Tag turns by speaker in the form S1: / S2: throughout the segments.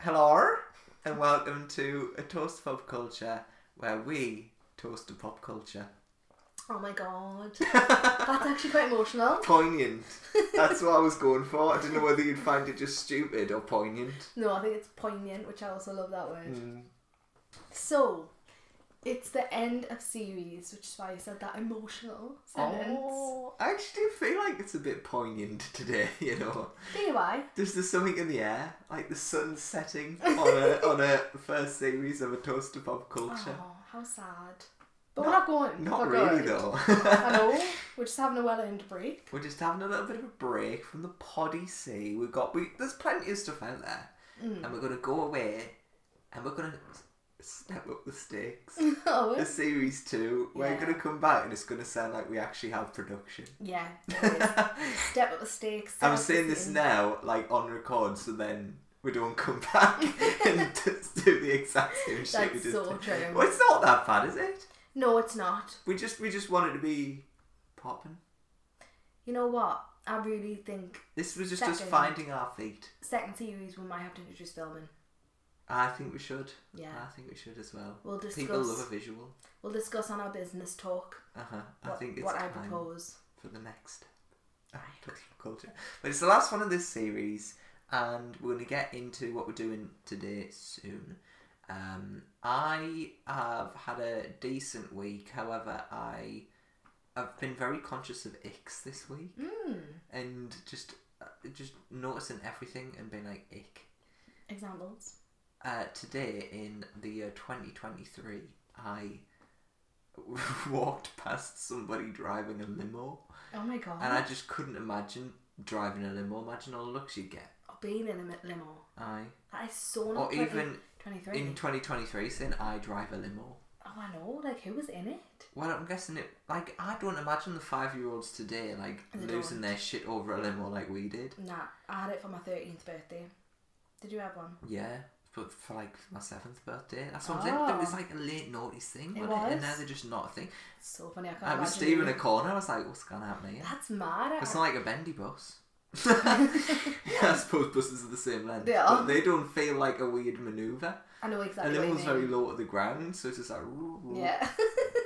S1: Hello, and welcome to a toast of pop culture where we toast to pop culture.
S2: Oh my god. That's actually quite emotional.
S1: poignant. That's what I was going for. I didn't know whether you'd find it just stupid or poignant.
S2: No, I think it's poignant, which I also love that
S1: Hmm.
S2: word. So, it's the end of series, which is why I said that emotional sentence.
S1: Oh, I actually feel like it's a bit poignant today. You know,
S2: Do you why?
S1: there's there's something in the air, like the sun setting on a on a first series of a toast to pop culture.
S2: Oh, how sad. But we're not going.
S1: Not
S2: we're
S1: really
S2: good.
S1: though.
S2: I know. We're just having a well earned break.
S1: We're just having a little bit of a break from the poddy sea. We've got we there's plenty of stuff out there,
S2: Mm.
S1: and we're gonna go away, and we're gonna s- step up the stakes. the
S2: oh,
S1: series two, we're
S2: Yeah.
S1: gonna come back and it's gonna sound like we actually have production.
S2: yeah. it is. Step up the stakes. step
S1: I'm
S2: up the
S1: saying this
S2: game.
S1: now, like on record, so then we don't come back and just do the exact same shit we
S2: That's
S1: did.
S2: so
S1: then.
S2: true.
S1: Well, it's not that bad, is it?
S2: No, it's not.
S1: We just we just wanted to be popping.
S2: You know what? I really think
S1: This was just us
S2: Second.
S1: finding our feet.
S2: second series we might have to introduce filming.
S1: I think we should.
S2: Yeah.
S1: I think we should as well.
S2: We'll discuss.
S1: People love a visual.
S2: We'll discuss on our business talk.
S1: Uh huh. I
S2: what,
S1: think it's
S2: what I
S1: time.
S2: propose.
S1: for the next Toxic Culture. But it's the last one of this series, and we're going to get into what we're doing today soon. Um, I have had a decent week, however, I have been very conscious of icks this week
S2: Mm,
S1: and just uh, just noticing everything and being like ick.
S2: examples.
S1: Uh, today in the year 2023, I walked past somebody driving a limo.
S2: Oh my god.
S1: And I just couldn't imagine driving a limo. Imagine all the looks you get.
S2: Or Oh, being in a mi- limo.
S1: Aye.
S2: That is so not
S1: Or even
S2: 23.
S1: in 2023, saying I drive a limo.
S2: oh, I know. Like, who was in it?
S1: Well, I'm guessing it. Like, I don't imagine the five year olds today, like,
S2: They
S1: losing
S2: don't. Mm.
S1: their shit over a limo like we did.
S2: Nah, I had it for my 13th birthday. Did you have one?
S1: Yeah. But for, like, my seventh birthday. That's what I'm saying. It
S2: Oh.
S1: was, like, a late notice thing,
S2: It
S1: wasn't it? And
S2: was.
S1: now they're just not a thing.
S2: So funny. I can't
S1: I was
S2: imagine
S1: steering
S2: you-
S1: a corner. I was like, what's going to happen here?
S2: That's mad. I-
S1: It's not like a bendy bus. I suppose buses are the same length.
S2: They
S1: but
S2: are.
S1: they don't feel like a weird manoeuvre.
S2: I know
S1: And
S2: exactly.
S1: the
S2: what you
S1: limo's very
S2: mean.
S1: low at the ground, so it's just like. "Roo, roo."
S2: Yeah.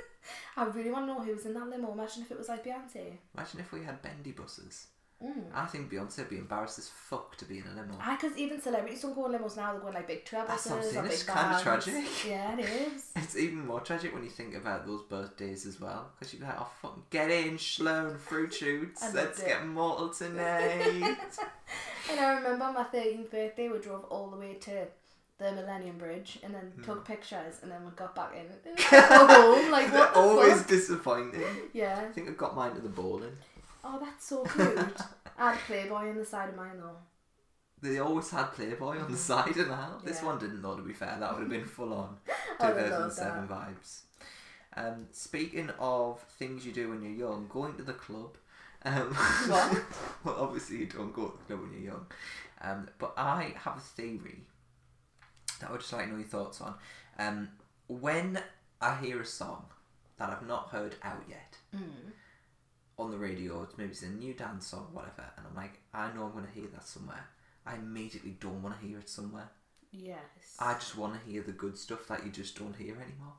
S2: I really want to know who was in that limo. Imagine if it was like Beyonce.
S1: Imagine if we had bendy buses.
S2: Mm. Ah,
S1: I think Beyonce would be embarrassed as fuck to be in a limo.
S2: I, because even celebrities don't go in limos now. They're going like big tour
S1: That's
S2: buses.
S1: what I'm
S2: or
S1: saying,
S2: big
S1: it's kinda
S2: vans.
S1: tragic.
S2: Yeah, it is.
S1: It's even more tragic when you think about those birthdays as well, because you'd be like, oh, fuck, get in, Sloan, fruit shoots,
S2: I loved
S1: let's
S2: it.
S1: get mortal tonight.
S2: And I remember on my 13th birthday, we drove all the way to the Millennium Bridge and then
S1: Hmm.
S2: took pictures and then we got back in. and go home. Like,
S1: They're
S2: what the
S1: always
S2: fuck?
S1: disappointing.
S2: Yeah.
S1: I think I got mine at the bowling.
S2: Oh, that's so cute. I had a Playboy on the side of mine though.
S1: They always had Playboy on the side and out. This
S2: Yeah.
S1: one didn't, though, to be fair. That would have been full on
S2: I would love
S1: 2007 vibes. Um, speaking of things you do when you're young, going to the club. Um,
S2: What?
S1: well, obviously, you don't go to the club when you're young. Um, but I have a theory that I would just like to know your thoughts on. Um, when I hear a song that I've not heard out yet
S2: Mm.
S1: on the radio, it's maybe it's a new dance song, whatever, and I'm like, I know I'm going to hear that somewhere. I immediately don't want to hear it somewhere.
S2: Yes.
S1: I just want to hear the good stuff that you just don't hear anymore.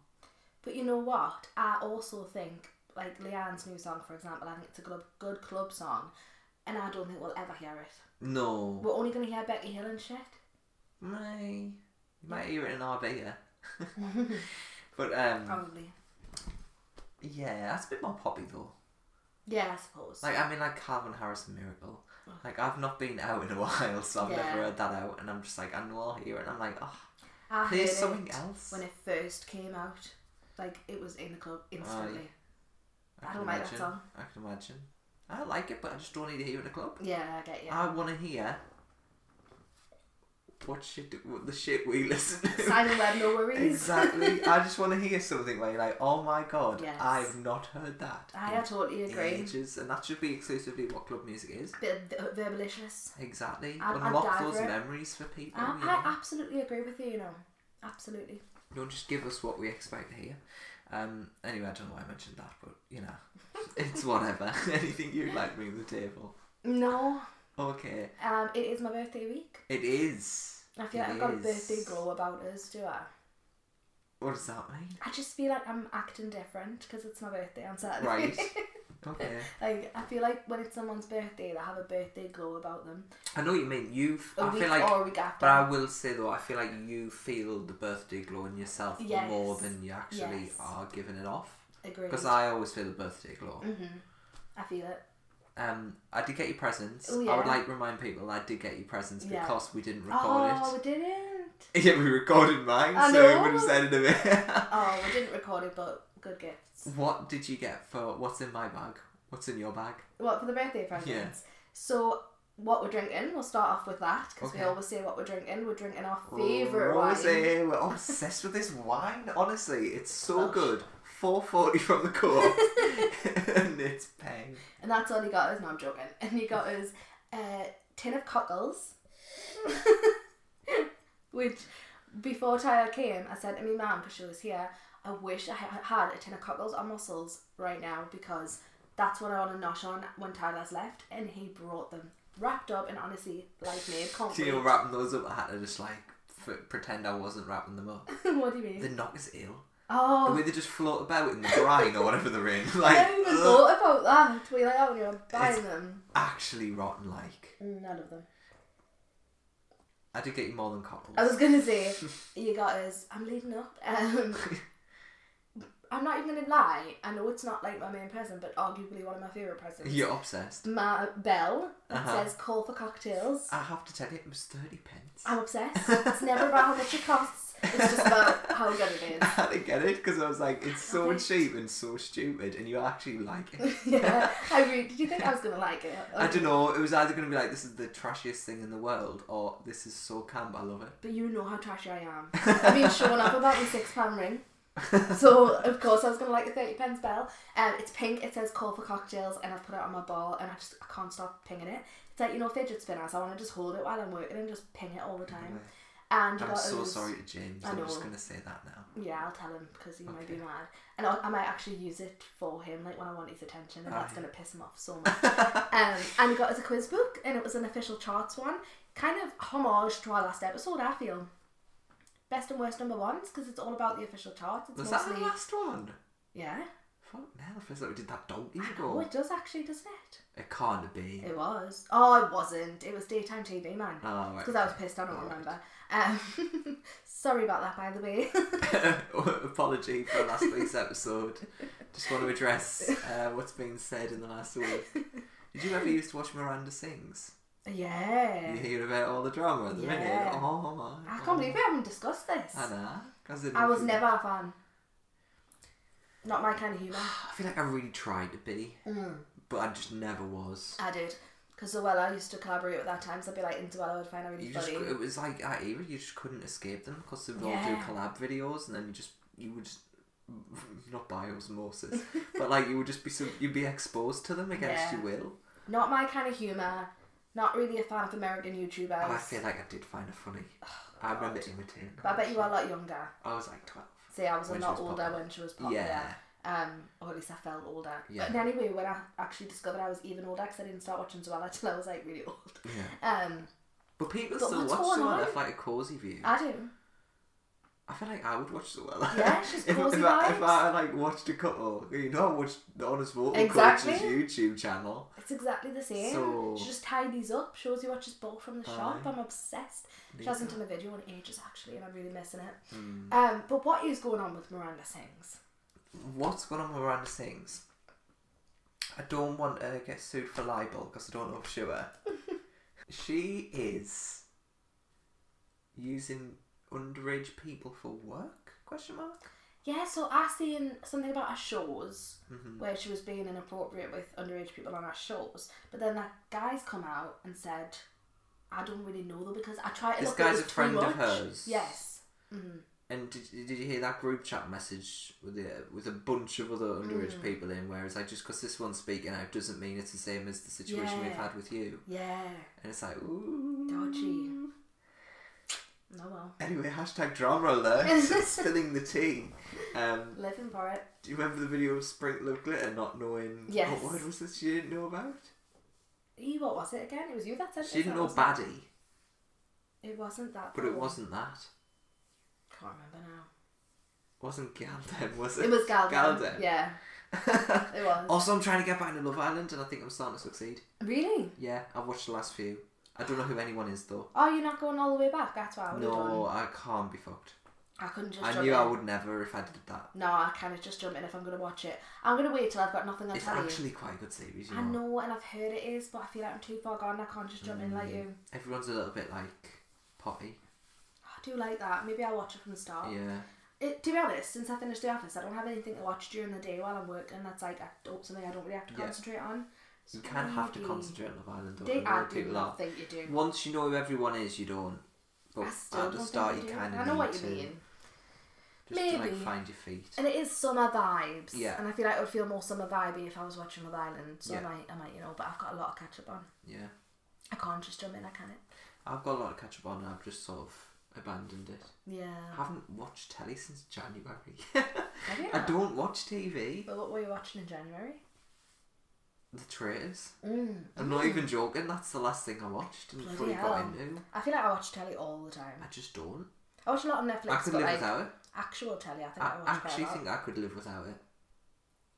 S2: But you know what? I also think, like Leanne's new song, for example, I think it's a good, good club song and I don't think we'll ever hear it.
S1: No.
S2: We're only going to hear Becky Hill and shit.
S1: May. You might hear it in Arbea. but um
S2: Probably.
S1: yeah, that's a bit more poppy though.
S2: Yeah, I suppose.
S1: Like I mean like Calvin Harris Miracle. Like I've not been out in a while, so I've
S2: Oh. Yeah.
S1: never heard that out and I'm just like I know I'll hear it and I'm like, oh
S2: I
S1: play
S2: heard
S1: something
S2: it
S1: else.
S2: when it first came out. Like it was in the club instantly. I
S1: can
S2: don't like that
S1: imagine.
S2: song.
S1: I can imagine. I like it but I just don't need to hear it in a club.
S2: Yeah, I get you.
S1: I wanna hear what shit what the shit we listen to.
S2: Simon Webb, no worries.
S1: Exactly. I just want to hear something where you're like, oh my god,
S2: Yes.
S1: I've not heard that.
S2: I
S1: in
S2: totally agree.
S1: ages, and that should be exclusively what club music is.
S2: Bit of ver- verbalicious.
S1: Exactly.
S2: I'd- I'd
S1: Unlock
S2: die
S1: those
S2: for it.
S1: memories for people.
S2: I,
S1: you know?
S2: I absolutely agree with you, you know. Absolutely.
S1: Don't just give us what we expect to hear. Um, anyway, I don't know why I mentioned that, but you know, it's whatever. Anything you'd like, bring to the table.
S2: No,
S1: Okay,
S2: um, it is my birthday week.
S1: it is.
S2: I feel like
S1: It
S2: I've got a
S1: is.
S2: birthday glow about us, do I?
S1: What does that mean?
S2: I just feel like I'm acting different because it's my birthday on Saturday.
S1: Right. Okay.
S2: like I feel like when it's someone's birthday, they have a birthday glow about them.
S1: I know what you mean. You've.
S2: A
S1: I
S2: week
S1: feel like.
S2: or a week after.
S1: But I will say though, I feel like you feel the birthday glow in yourself
S2: Yes.
S1: more than you actually
S2: Yes.
S1: are giving it off.
S2: Agreed.
S1: Because I always feel the birthday glow.
S2: hmm I feel it.
S1: Um, I did get you presents.
S2: Oh,
S1: I would
S2: yeah.
S1: like to remind people I did get you presents
S2: Yeah.
S1: because we didn't record
S2: Oh, we didn't.
S1: it. Yeah, we recorded mine, so
S2: I know.
S1: we just ended a bit.
S2: Oh, we didn't record it, but good gifts.
S1: what did you get for what's in my bag? What's in your bag?
S2: What for the birthday presents?
S1: Yeah.
S2: So what we're drinking? We'll start off with that because we
S1: Okay.
S2: always say what we're drinking. We're drinking our favorite wine.
S1: Rosé. We're obsessed with this wine. Honestly, it's so
S2: Gosh.
S1: good. Four forty from the co-op, and it's paying.
S2: And that's all he got us. No, I'm joking. And he got us a tin of cockles, which before Tyler came, I said to my mum because she was here, I wish I ha- had a tin of cockles on mussels right now because that's what I want to nosh on when Tyler's left. And he brought them wrapped up and honestly, like me, can't
S1: So you know,
S2: wait.
S1: wrapping those up, I had to just like f- pretend I wasn't wrapping them up.
S2: what do you mean?
S1: The knock is ill. The
S2: oh,
S1: way they just float about in the brine or whatever they're in,
S2: I
S1: like
S2: never even
S1: ugh,
S2: thought about that. We like that when you're buying them.
S1: actually rotten. Like
S2: Mm, None of them.
S1: I did get you more than cockles.
S2: I was gonna say, you guys, I'm leading up. Um, I'm not even gonna lie. I know it's not like my main present, but arguably one of my favorite presents.
S1: You're obsessed.
S2: My bell that
S1: Uh-huh. Ah.
S2: says "Call for cocktails."
S1: I have to tell you, it was thirty pence.
S2: I'm obsessed. it's never about how much it costs. It's just about how good it
S1: I had to get it because I was like, it's so
S2: Love it.
S1: cheap and so stupid, and you actually like it.
S2: is. yeah. I mean, did you think I was gonna like it?
S1: I don't know. It was either going to be like, this is the trashiest thing in the world, or this is so camp. I love
S2: But you know how trashy I am.
S1: it.
S2: I've been showing up about my six pound ring. So of course I was gonna like the thirty pence bell. Um, it's pink. It says "Call for cocktails," and I put it on my ball, and I just I can't stop pinging it. It's like you know fidget spinners. I want to just hold it while I'm working and just ping it all the time. And you
S1: I'm
S2: got
S1: so
S2: those-
S1: sorry to James.
S2: I
S1: I'm just
S2: know.
S1: going to say that now.
S2: Yeah, I'll tell him because he might be
S1: Okay.
S2: mad, and I, I might actually use it for him, like when I want his attention, and that's
S1: Aye.
S2: gonna piss him off so much. um, and you got us a quiz book, and it was an official charts one, kind of homage to our last episode. I feel best and worst number ones because it's all about the official charts. It's
S1: Was that
S2: mostly
S1: the last one?
S2: yeah.
S1: Fuck now, I feel like we did that donkey
S2: I know,
S1: ago.
S2: it does actually, doesn't it?
S1: It can't be.
S2: It was. Oh, it wasn't. It was daytime TV, man.
S1: Oh, right.
S2: Because I was pissed, I don't
S1: Alright.
S2: remember. Um, sorry about that, by the way.
S1: Apology for last week's episode. Just want to address uh, what's been said in the last week. Did you ever used to watch Miranda Sings?
S2: yeah.
S1: You hear about all the drama at the minute.
S2: Yeah.
S1: Oh my
S2: I
S1: God.
S2: can't believe we haven't discussed this.
S1: I know. 'cause it
S2: I was
S1: makes you-
S2: never a fan. Not my kind of humour.
S1: I feel like I really tried to be,
S2: Mm.
S1: but I just never was.
S2: I did. Because Zoella used to collaborate with that times, I'd be like, and Zoella would find it really
S1: You just
S2: funny.
S1: it was like at Era you just couldn't escape them because they would all do
S2: Yeah.
S1: collab videos and then you just you would just not by osmosis, but like you would just be so you'd be exposed to them against
S2: Yeah.
S1: your will.
S2: Not my kind of humour. Not really a fan of American YouTubers.
S1: And Oh, I feel like I did find it funny. I remember imitating.
S2: Oh, but I bet you
S1: her.
S2: are a lot younger.
S1: I was like twelve.
S2: See, I was
S1: When
S2: a
S1: she
S2: lot
S1: was
S2: older
S1: popular.
S2: when she was popular.
S1: yeah.
S2: Um, or at least I felt older.
S1: Yeah.
S2: But anyway, when I actually discovered I was even older, because I didn't start watching Zoella till I was like really old.
S1: Yeah.
S2: Um,
S1: But people
S2: But
S1: still
S2: what's
S1: watch
S2: going
S1: Zoella
S2: on?
S1: for like a cozy view. I,
S2: I do.
S1: feel like I would watch Zoella.
S2: Yeah, she's
S1: if,
S2: cozy
S1: if, I, if
S2: vibes.
S1: I like watched a couple, you know, I watched the Honest Vocal
S2: Exactly.
S1: Coach's YouTube channel.
S2: It's exactly the same.
S1: So-
S2: She just tidies up, shows you what she's bought from the shop.
S1: Aye.
S2: I'm obsessed. She
S1: Lisa.
S2: hasn't done a video in ages actually, and I'm really missing it.
S1: Hmm.
S2: Um, but what is going on with Miranda Sings?
S1: what's going on with Miranda Sings? I don't want her to get sued for libel because I don't know for sure. she is using underage people for work? Question mark.
S2: Yeah, so I seen something about her shows
S1: Mhm.
S2: where she was being inappropriate with underage people on her shows, but then that guy's come out and said, "I don't really know though because I tried to
S1: This
S2: look.
S1: guy's
S2: it was
S1: a
S2: too
S1: friend of
S2: much."
S1: hers.
S2: Yes. Mhm.
S1: And did, did you hear that group chat message with the, with a bunch of other underage
S2: Hmm.
S1: people in? Where it's like just because this one's speaking out doesn't mean it's the same as the situation we've
S2: Yeah.
S1: had with you.
S2: Yeah.
S1: And it's like ooh
S2: Dodgy. No Oh, well.
S1: Anyway, hashtag drama alert. spilling the tea. Um,
S2: Living for it.
S1: Do you remember the video of Sprinkle of Glitter not knowing
S2: Yes.
S1: what word was this she didn't know about?
S2: E, what was it again? It was you that said it,
S1: She didn't know
S2: wasn't it? Oh.
S1: baddie.
S2: It wasn't that.
S1: But it
S2: though.
S1: wasn't that.
S2: Can't remember now.
S1: Wasn't Galden, was it?
S2: It was Galden.
S1: Galden.
S2: Yeah, it was.
S1: also, I'm trying to get back into Love Island, and I think I'm starting to succeed.
S2: Really?
S1: Yeah, I've watched the last few. I don't know who anyone is though.
S2: Oh, you're not going all the way back? That's why I would have
S1: No,
S2: done.
S1: I can't be fucked.
S2: I couldn't just.
S1: I
S2: jump
S1: knew I
S2: in.
S1: would never if I did that.
S2: No, I kind of just jump in if I'm going to watch it. I'm going to wait till I've got nothing on
S1: It's
S2: telly.
S1: actually quite a good series. You
S2: I know, and I've heard it is, but I feel like I'm too far gone. I can't just jump in
S1: Mm.
S2: like you.
S1: Everyone's a little bit like potty.
S2: I do like that. Maybe I'll watch it from the start.
S1: Yeah.
S2: It, to be honest, since I finished The Office, I don't have anything to watch during the day while I'm working. That's like I don't, something I don't really have to
S1: Yeah.
S2: concentrate on.
S1: You kind of have to
S2: maybe-
S1: concentrate on Love Island. Don't
S2: They,
S1: you?
S2: I
S1: Real
S2: do
S1: people
S2: not
S1: are.
S2: think you do.
S1: Once you know who everyone is, you don't. But
S2: I still
S1: at
S2: don't
S1: the start,
S2: think
S1: you
S2: you
S1: kind
S2: do.
S1: of
S2: I know
S1: need
S2: what you
S1: to
S2: mean.
S1: just to like
S2: Maybe.
S1: find your feet.
S2: And it is summer vibes.
S1: Yeah.
S2: And I feel like it would feel more summer vibey if I was watching Love Island. So
S1: Yeah.
S2: I might, I might, you know, but I've got a lot to catch up on.
S1: Yeah,
S2: I can't just jump in, I can't.
S1: I've got a lot to catch up on. and I've just sort of abandoned it. I
S2: Yeah.
S1: haven't watched telly since January.
S2: Have you
S1: I
S2: not?
S1: don't watch TV.
S2: But what were you watching in January?
S1: The Traitors.
S2: Mm.
S1: I'm not even joking. That's the last thing I watched and
S2: Bloody
S1: fully got
S2: hell.
S1: into.
S2: I feel like I watch telly all the time.
S1: I just don't.
S2: I watch a lot on
S1: I
S2: Netflix,
S1: could
S2: but
S1: live
S2: like
S1: without it.
S2: actual telly, I think I,
S1: I
S2: watch
S1: actually
S2: quite a lot.
S1: think I could live without it.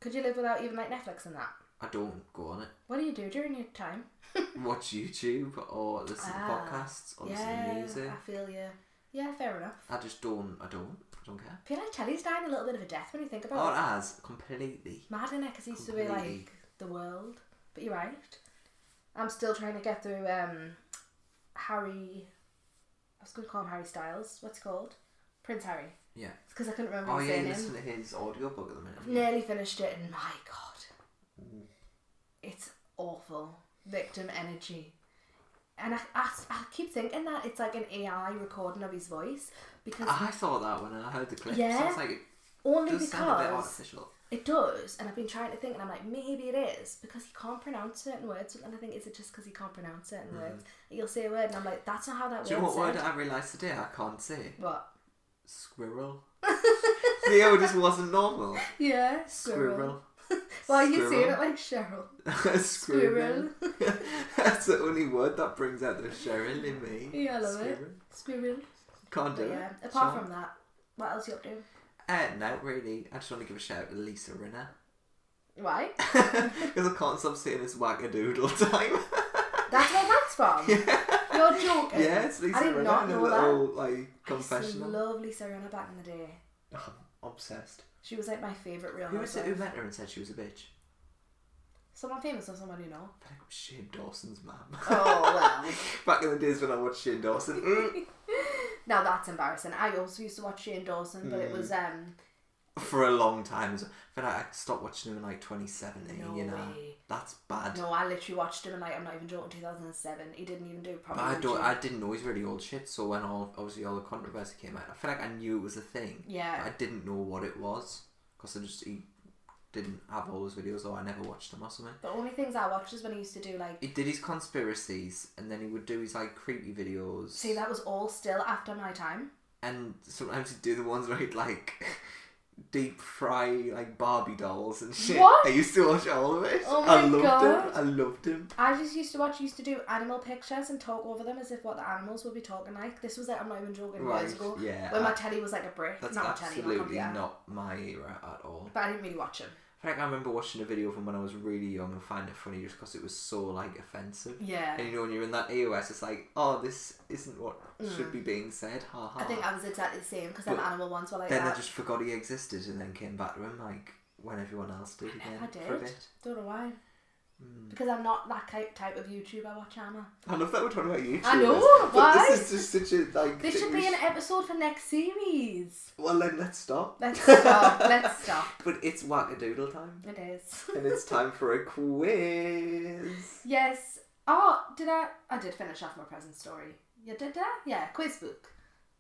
S2: Could you live without even like Netflix and that?
S1: I don't go on it.
S2: What do you do during your time?
S1: Watch YouTube or listen to
S2: Ah,
S1: podcasts or listen
S2: yeah,
S1: to music.
S2: I feel you. Yeah, fair enough.
S1: I just don't. I don't. I don't care.
S2: I feel like telly's dying a little bit of a death when you think about
S1: Or
S2: it.
S1: as completely.
S2: Mad in it 'cause it used to be
S1: Completely.
S2: like the world. But you're right. I'm still trying to get through um, Harry. I was going to call him Harry Styles. What's he called? Prince Harry.
S1: Yeah.
S2: It's because I couldn't remember
S1: Oh
S2: his
S1: yeah, you
S2: name.
S1: listen to his audiobook at the minute.
S2: I've nearly finished it, and my god,
S1: Mm.
S2: it's awful. Victim energy, and I, I, I keep thinking that it's like an AI recording of his voice because
S1: I thought that when I heard the clips. I
S2: Yeah.
S1: was like, it
S2: only
S1: Ah, does sound a bit
S2: because
S1: artificial.
S2: it does, and I've been trying to think, and I'm like, maybe it is because he can't pronounce certain words, and I think is it just because he can't pronounce certain words? You'll say a word, and I'm like, that's not how that
S1: Mm. Do you know
S2: word
S1: what word
S2: said.
S1: I realised today I can't say?
S2: What?
S1: Squirrel. Theo just wasn't normal.
S2: Yeah, squirrel.
S1: Squirrel.
S2: Why are you saying it like Cheryl?
S1: Squirrel.
S2: Squirrel.
S1: Squirrel. That's the only word that brings out the Cheryl in me.
S2: Yeah, I love it.
S1: Squirrel.
S2: Squirrel.
S1: Can't do
S2: But yeah.
S1: it.
S2: Apart
S1: Sean?
S2: from that, what else you up to?
S1: Uh, no, really. I just want to give a shout out to Lisa Rinna.
S2: Right.
S1: Because I can't stop saying this wackadoodle time.
S2: That's where that's from. You're joking.
S1: yeah, it's Lisa
S2: I did
S1: Rinna
S2: not
S1: in a
S2: know
S1: little, like,
S2: that. I used to
S1: confessional.
S2: love Lisa Rinna back in the day.
S1: Oh, I'm obsessed.
S2: She was like my favourite real
S1: Who was it who
S2: housewife.
S1: met her and said she was a bitch?
S2: Someone famous or someone you know.
S1: I think it was Shane Dawson's mum.
S2: Oh, well.
S1: Back in the days when I watched Shane Dawson. Mm.
S2: now that's embarrassing. I also used to watch Shane Dawson, but it was,
S1: Mm.
S2: um,
S1: For a long time. as well. I feel like I stopped watching him in like 2017,
S2: No
S1: you know.
S2: way.
S1: That's bad.
S2: no, I literally watched him in like, I'm not even joking, 2007. He didn't even do
S1: But
S2: probably.
S1: I don't. I didn't know he's really old shit. So when all obviously all the controversy came out, I feel like I knew it was a thing.
S2: Yeah.
S1: But I didn't know what it was because I just he didn't have all those videos, or I never watched them or something.
S2: The only things I watched is when he used to do like.
S1: He did his conspiracies, and then he would do his like creepy videos.
S2: See, that was all still after my time.
S1: And sometimes he'd do the ones where he'd like deep fry like Barbie dolls and shit.
S2: What?
S1: I used to watch all of it.
S2: Oh
S1: I
S2: my
S1: loved
S2: God.
S1: him. I loved him.
S2: I just used to watch, used to do animal pictures and talk over them as if what the animals would be talking like. This was like, I'm not even joking, years
S1: Right,
S2: ago.
S1: yeah,
S2: When my
S1: I-
S2: telly was like a brick.
S1: That's
S2: not my telly, my
S1: absolutely
S2: computer.
S1: not my era at all.
S2: But I didn't really watch them.
S1: I think I remember watching a video from when I was really young and find it funny just because it was so like offensive.
S2: Yeah.
S1: And you know when you're in that AOS, it's like, oh, this isn't what should be being said. Ha ha.
S2: Mm. I think I was exactly the same because them
S1: But
S2: animal ones were like
S1: then
S2: that.
S1: I just forgot he existed and then came back to him like when everyone else did again
S2: I
S1: for a
S2: did.
S1: bit. Hmm.
S2: Don't know why. Because I'm not that ki- type of YouTuber watch Anna.
S1: I love that we're talking about YouTube.
S2: know,
S1: But
S2: why?
S1: this is just such a like.
S2: This
S1: thing
S2: should
S1: we
S2: be an
S1: sh-
S2: episode for next series.
S1: Well, then let's stop.
S2: Let's stop. Let's stop.
S1: But it's whack-a-doodle time,
S2: It is.
S1: and it's time for a quiz.
S2: yes. Oh, did I? I did finish off my present story. You did that? Yeah. Quiz book.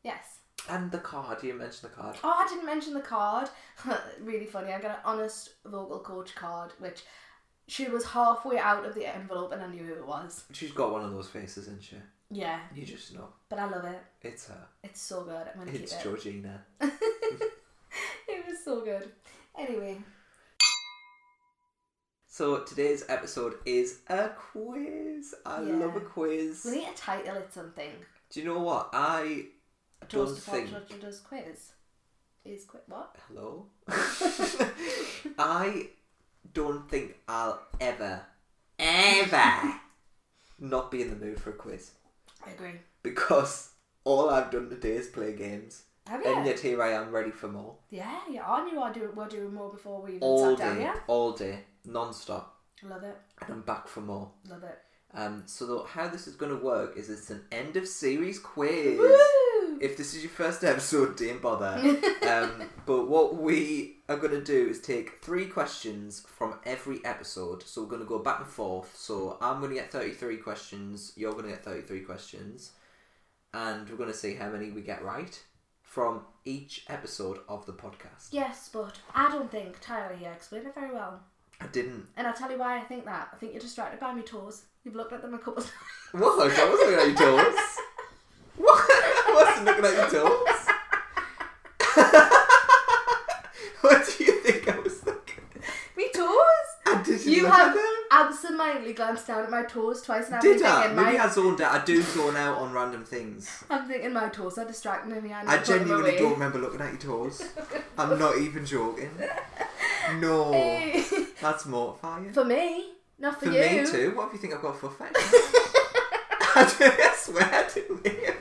S2: Yes.
S1: And the card. You mentioned the card.
S2: Oh, I didn't mention the card. really funny. I got an honest vocal coach card, which she was halfway out of the envelope, and I knew who it was.
S1: She's got one of those faces, isn't she?
S2: Yeah,
S1: You just know
S2: but I love it.
S1: it's her.
S2: It's so good. I'm gonna
S1: It's
S2: keep it.
S1: Georgina.
S2: It was so good. Anyway,
S1: So today's episode is a quiz. I
S2: Yeah.
S1: love a
S2: we
S1: quiz.
S2: need to title it something.
S1: Do you know what? I
S2: A
S1: don't
S2: toast to Pop
S1: think-
S2: Judge does quiz. Is quiz what?
S1: hello. I don't think I'll ever, ever not be in the mood for a quiz
S2: I agree.
S1: because all I've done today is play games,
S2: Have
S1: and
S2: you?
S1: yet here I am ready for more
S2: Yeah, yeah. I knew I do, we're doing more before we even
S1: all
S2: sat down.
S1: day,
S2: Yeah,
S1: all day, non-stop,
S2: love it,
S1: and I'm back for more.
S2: love it.
S1: Um, so the, how this is going to work is it's an end of series quiz.
S2: Woo!
S1: If this is your first episode, don't bother. um, but what we are going to do is take three questions from every episode. So we're going to go back and forth. So I'm going to get 33 questions, you're going to get 33 questions. And we're going to see how many we get right from each episode of the podcast.
S2: yes, but I don't think Tyler here explained it very well.
S1: I didn't.
S2: And I'll tell you why I think that. I think you're distracted by me toes. You've looked at them a couple of times.
S1: What? I wasn't looking at your toes. What? I wasn't looking at your toes. what do you think I was looking
S2: Me toes?
S1: I didn't
S2: You
S1: look
S2: have
S1: at them.
S2: absentmindedly glanced down at my toes twice and I've been
S1: Did I?
S2: thinking,
S1: Maybe
S2: my,
S1: I zoned out. I do zone out on random things.
S2: I'm thinking my toes are distracting me. I, need
S1: I
S2: to put them
S1: genuinely
S2: away.
S1: don't remember looking at your toes. I'm not even joking. No,
S2: Hey.
S1: that's mortifying.
S2: for me, not for,
S1: For
S2: you.
S1: me too. What if you think I've got foot fetish? I do- I swear, I didn't mean it.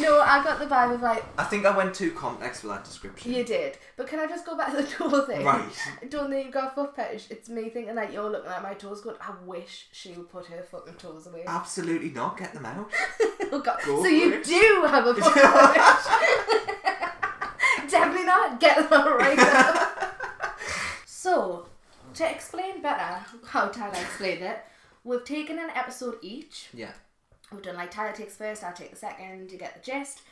S2: No, I got the vibe of like,
S1: I think I went too complex with that description.
S2: you did. But can I just go back to the toe thing?
S1: Right.
S2: I don't think you've got a foot fetish. It's me thinking that you're looking at my toes going, I wish she would put her fucking toes away.
S1: Absolutely not. Get them out.
S2: oh god.
S1: Ah, Go
S2: so
S1: for
S2: you
S1: it.
S2: do have a foot fetish. Definitely not. Get them out right now. so, to explain better how Tyler explained it, we've taken an episode each.
S1: Yeah.
S2: We've done like Tyler takes first, I take the second, you get the gist.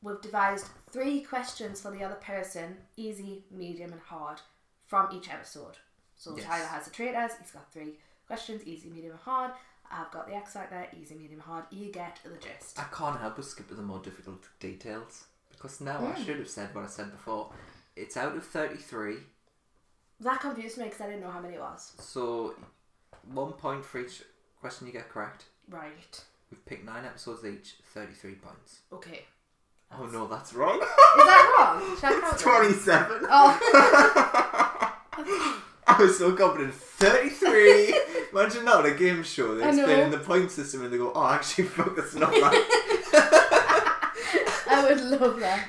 S2: We've devised three questions for the other person easy, medium, and hard from each episode. So
S1: Yes.
S2: Tyler has the traitors, he's got three questions easy, medium, and hard. I've got the X factor, easy, medium, hard. You get the gist.
S1: I can't help but skip the more difficult details because now
S2: Hmm.
S1: I should have said what I said before. It's out of 33,
S2: That confused me because I didn't know how many it was.
S1: so one point for each question you get correct.
S2: Right.
S1: We've picked nine episodes each, 33 points.
S2: Okay.
S1: Oh no, that's wrong.
S2: Is that wrong? Should I count
S1: It's
S2: them?
S1: 27.
S2: Oh,
S1: I was so confident. 33! Imagine that on a game show. They're
S2: I know.
S1: explaining the point system and they go, oh, actually, fuck, that's not right.
S2: I would love that.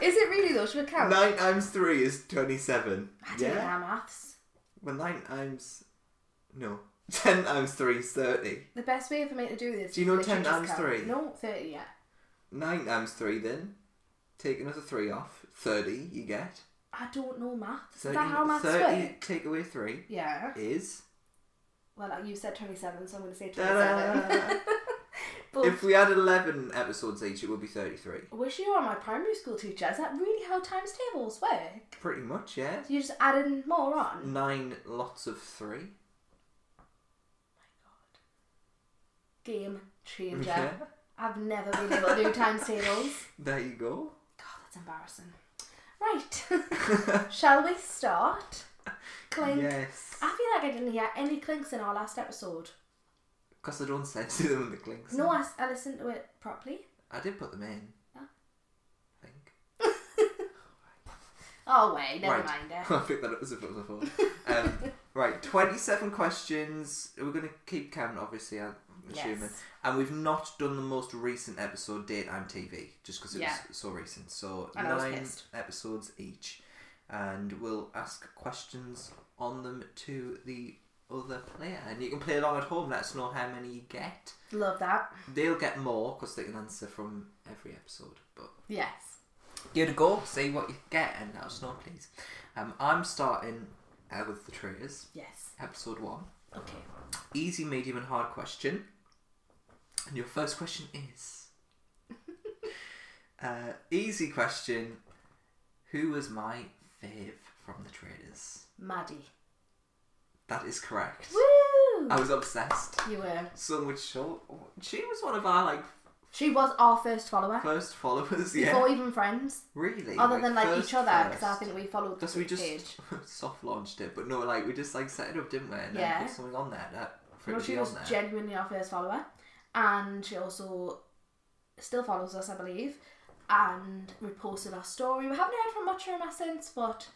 S2: Is it really though? Should we count?
S1: nine times three is 27.
S2: I don't know maths.
S1: Well, nine times. No. Ten times three is 30.
S2: The best way for me to do this.
S1: Do you know
S2: is
S1: 10
S2: literally just
S1: times
S2: count.
S1: three?
S2: No, thirty. Yeah.
S1: Nine times three, then. Take another three off. 30, you get.
S2: I don't know maths.
S1: 30,
S2: is that how maths
S1: 30
S2: work?
S1: take away three
S2: Yeah.
S1: is.
S2: Well, like, you said twenty-seven, so I'm going to say twenty-seven.
S1: Ta-da!
S2: but
S1: if we had 11 episodes each, it would be 33.
S2: I wish you were my primary school teacher. Is that really how times tables work?
S1: Pretty much, yeah.
S2: So you're just adding more on.
S1: Nine lots of three.
S2: Game changer.
S1: Yeah.
S2: I've never been able to do times tables.
S1: There you go.
S2: God, that's embarrassing. Right. Shall we start? Clink. Ah.
S1: Yes.
S2: I feel like I didn't hear any clinks in our last episode.
S1: Because I don't censor them in the clinks.
S2: No, I, Ah. I listened to it properly.
S1: I did put them in.
S2: Huh?
S1: I think.
S2: Oh wait, never
S1: right.
S2: mind it.
S1: I picked that up as if it was a four. Um, right, 27 questions. We're going to keep count, obviously, I'm assuming.
S2: Yes.
S1: And we've not done the most recent episode, Daytime TV, just because it
S2: Yeah.
S1: was so recent. So,
S2: And I was
S1: nine
S2: pissed.
S1: episodes each. And we'll ask questions on them to the other player. And you can play along at home, let us know how many you get.
S2: Love that.
S1: They'll get more because they can answer from every episode. But
S2: Yes.
S1: you to go, see what you get, and let us know, please. Um, I'm starting uh, with the triggers,
S2: Yes.
S1: episode one.
S2: Okay.
S1: Easy, medium, and hard question. And your first question is uh, Easy question Who was my fave from the traders?
S2: Maddie.
S1: That is correct.
S2: Woo!
S1: I was obsessed.
S2: You were.
S1: So much so. She was one of our like
S2: She was our first follower.
S1: first followers, yeah.
S2: Before even friends.
S1: really.
S2: Other than like
S1: first,
S2: each other, because I
S1: first.
S2: think we followed the
S1: Because we just
S2: page.
S1: soft launched it, but no, like we just like set it up, didn't we? And
S2: Yeah.
S1: then put something on there that for
S2: No,
S1: it to
S2: she
S1: be
S2: was
S1: on there.
S2: genuinely our first follower. And she also still follows us, I believe, and reposted our story. We haven't heard from much from her since, but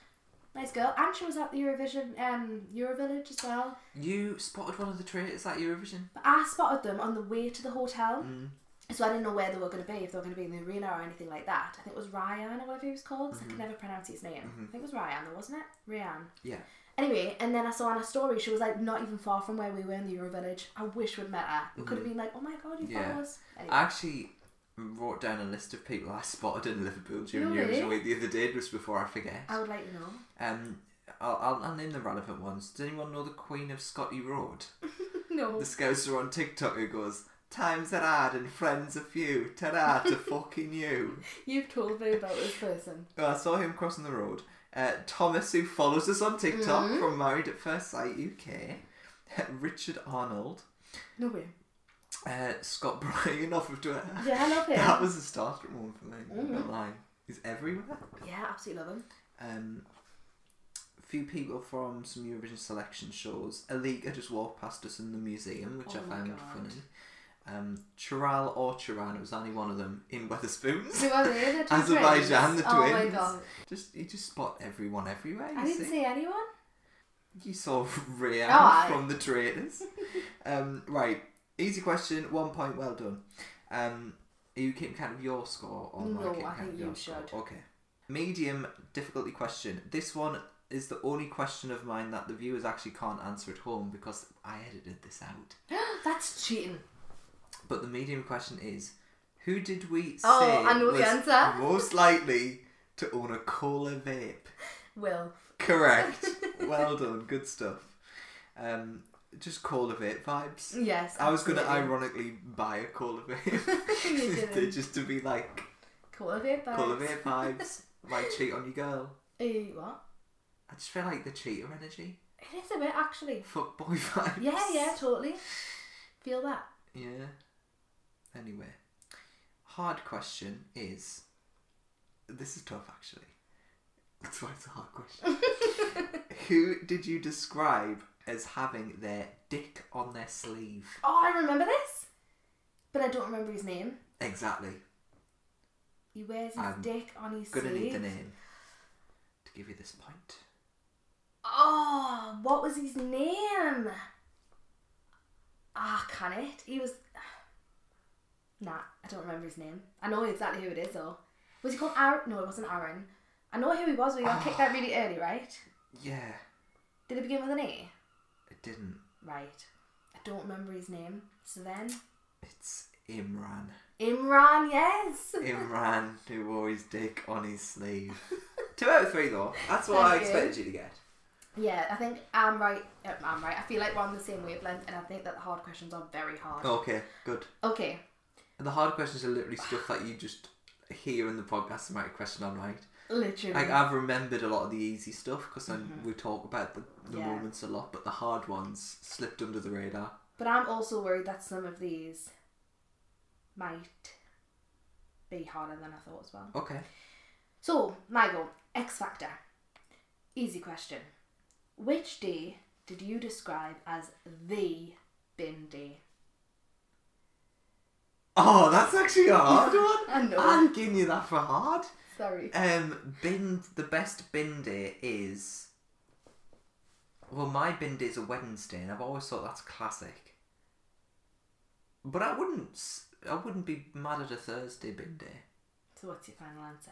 S2: nice girl. And she was at the Eurovision um Eurovillage as well.
S1: You spotted one of the traitors at Eurovision.
S2: But I spotted them on the way to the hotel,
S1: Mm.
S2: so I didn't know where they were going to be, if they were going to be in the arena or anything like that. I think it was Ryan or whatever he was called, 'cause I could
S1: Mm-hmm.
S2: never pronounce his name. I think it was Ryan, though, wasn't it? Ryan.
S1: Yeah.
S2: Anyway, and then I saw on her story she was like not even far from where we were in the Euro Village. I wish we'd met her. We could have been like, oh my god, you
S1: Mm-hmm. Yeah.
S2: follow us. Anyway,
S1: I actually wrote down a list of people I spotted in Liverpool during
S2: Really?
S1: Eurovision week the other day, just before I forget.
S2: I would like to know.
S1: Um, I'll, I'll, I'll name the relevant ones. Does anyone know the Queen of Scotty Road?
S2: No.
S1: The Scouser on TikTok who goes, Times are hard and friends are few. Ta-da to fucking you.
S2: You've told me about this person.
S1: Oh, I saw him crossing the road. Uh, Thomas, who follows us on TikTok
S2: Mm.
S1: from Married at First Sight UK. Richard Arnold.
S2: No way.
S1: Uh, Scott Bryan off of Twitter.
S2: Yeah, Mm. I love him.
S1: That was a startling one for me. I'm not lying. He's everywhere.
S2: Yeah, absolutely love him.
S1: Um, a few people from some Eurovision selection shows. Alika just walked past us in the museum, which I
S2: Oh my
S1: found
S2: God.
S1: funny. Um, Chiral or Chiran, it was only one of them, in Weatherspoons.
S2: Who are they? The two
S1: Azerbaijan,
S2: twins?
S1: the
S2: Oh my
S1: twins.
S2: god.
S1: Just you just spot everyone everywhere. You
S2: I didn't
S1: see.
S2: see anyone.
S1: You saw Rhea
S2: Oh, I-
S1: from the traitors. um, right, easy question. One point. Well done. Um, are you keeping count of your score or am
S2: No,
S1: keeping
S2: I
S1: count
S2: think
S1: of
S2: you
S1: your score?
S2: should.
S1: Okay. Medium difficulty question. This one is the only question of mine that the viewers actually can't answer at home because I edited this out.
S2: That's cheating.
S1: But the medium question is, who did we say
S2: Oh, I know the
S1: was
S2: answer.
S1: most likely to own a cola vape?
S2: Will.
S1: Correct. well done. Good stuff. Um, just call of it vibes.
S2: Yes.
S1: I was gonna
S2: absolutely.
S1: ironically buy a call of
S2: You
S1: it
S2: didn't.
S1: just to be like
S2: Call of it,
S1: call of it vibes. Might cheat on your girl.
S2: Uh, what?
S1: I just feel like the cheater energy.
S2: It is a bit actually.
S1: Fuck boy vibes.
S2: Yeah, yeah, totally. Feel that.
S1: Yeah. Anyway, hard question is. This is tough, actually. That's why it's a hard question. Who did you describe as having their dick on their sleeve?
S2: Oh, I remember this, but I don't remember his name.
S1: Exactly.
S2: He wears his
S1: I'm
S2: dick on his
S1: Gonna
S2: sleeve.
S1: need the name to give you this point.
S2: Oh, what was his name? Ah, can it? He was. Nah, I don't remember his name. I know exactly who it is though. Was he called Aaron? No, it wasn't Aaron. I know who he was. We got kicked out really early, right?
S1: Yeah,
S2: Did it begin with an A?
S1: it didn't.
S2: Right. I don't remember his name. So then,
S1: It's Imran.
S2: Imran. Yes.
S1: Imran, who wore his dick on his sleeve. Two out of three, though. That's what I
S2: Thank you.
S1: expected you to get.
S2: Yeah, I think I'm right. uh, I'm right. I feel like we're on the same wavelength, and I think that the hard questions are very hard.
S1: Okay, good.
S2: Okay,
S1: And the hard questions are literally stuff that you just hear in the podcast and might question on right.
S2: literally.
S1: Like I've remembered a lot of the easy stuff because we talk about the, the
S2: Mm-hmm. Yeah.
S1: moments a lot, but the hard ones slipped under the radar.
S2: but I'm also worried that some of these might be harder than I thought as well.
S1: Okay.
S2: So, Michael, X Factor. Easy question. Which day did you describe as the bin day?
S1: Oh, that's actually a hard one.
S2: I know.
S1: I'm giving you that for hard.
S2: Sorry.
S1: Um, bin. The best bin day is. Well, my bin day is a Wednesday, and I've always thought that's classic. But I wouldn't. s- I wouldn't be mad at a Thursday bin day.
S2: So, what's your final answer?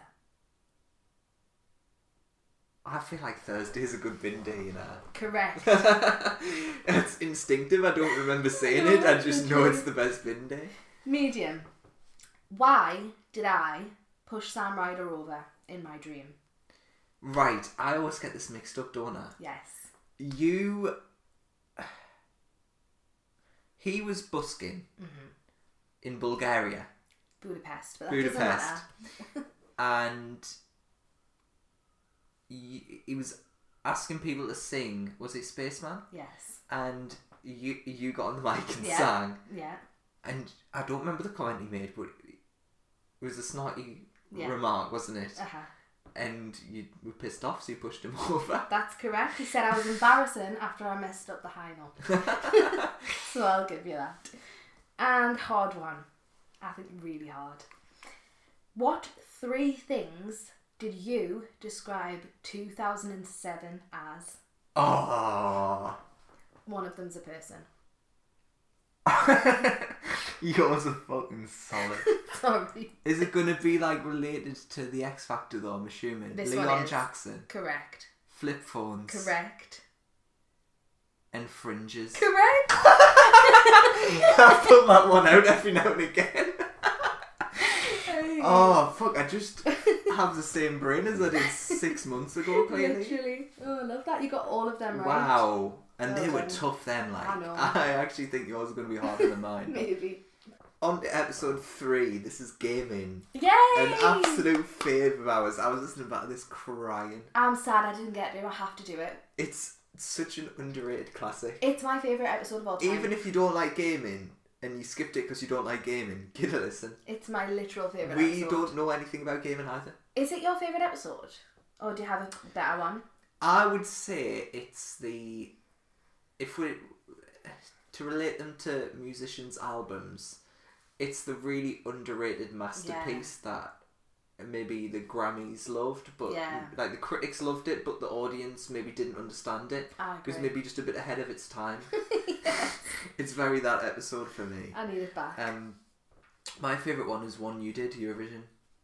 S1: I feel like Thursday is a good bin day, you know.
S2: Correct.
S1: it's instinctive. I don't remember saying it. I just know it's the best bin day.
S2: Medium. Why did I push Sam Ryder over in my dream?
S1: Right. I always get this mixed up, don't I?
S2: Yes.
S1: you he was busking in bulgaria
S2: Budapest. But that
S1: Budapest.
S2: Doesn't matter.
S1: and y he was asking people to sing was it spaceman
S2: Yes.
S1: and you you got on the mic and
S2: Yeah.
S1: sang
S2: Yeah.
S1: and i don't remember the comment he made but it was a snotty
S2: Yeah.
S1: remark wasn't it
S2: Uh huh.
S1: and you were pissed off so you pushed him over
S2: That's correct. He said I was embarrassing after I messed up the high note. so I'll give you that. And hard one. I think really hard. What three things did you describe 2007 as?
S1: Oh.
S2: One of them's a person.
S1: Yours are fucking solid.
S2: Sorry.
S1: Is it gonna be like related to the X Factor though? I'm assuming
S2: This one
S1: Leon
S2: is.
S1: Jackson,
S2: Correct.
S1: flip phones,
S2: Correct.
S1: and fringes.
S2: Correct.
S1: I put that one out every now and again. Oh fuck! I just have the same brain as I did six months ago. Clearly,
S2: Literally. Oh, I love that. You got all of them right.
S1: wow. And they were
S2: Um,
S1: tough then. Like
S2: I know.
S1: actually think yours is gonna be harder than mine.
S2: Maybe.
S1: On to episode three, this is gaming.
S2: Yay!
S1: An absolute fave of ours. I was listening about this crying.
S2: I'm sad I didn't get to. I have to do it.
S1: It's such an underrated classic.
S2: It's my favourite episode of all time.
S1: Even if you don't like gaming and you skipped it because you don't like gaming, give it a listen.
S2: it's my literal favourite
S1: We
S2: episode.
S1: don't know anything about gaming either.
S2: Is it your favourite episode? Or do you have a better one?
S1: I would say it's the if we to relate them to musicians' albums, it's the really underrated masterpiece that maybe the Grammys loved, but
S2: Yeah.
S1: like the critics loved it, but the audience maybe didn't understand it
S2: I
S1: because
S2: agree.
S1: maybe just a bit ahead of its time. It's very that episode for me.
S2: I need it back.
S1: Um, my favorite one is one you did Eurovision,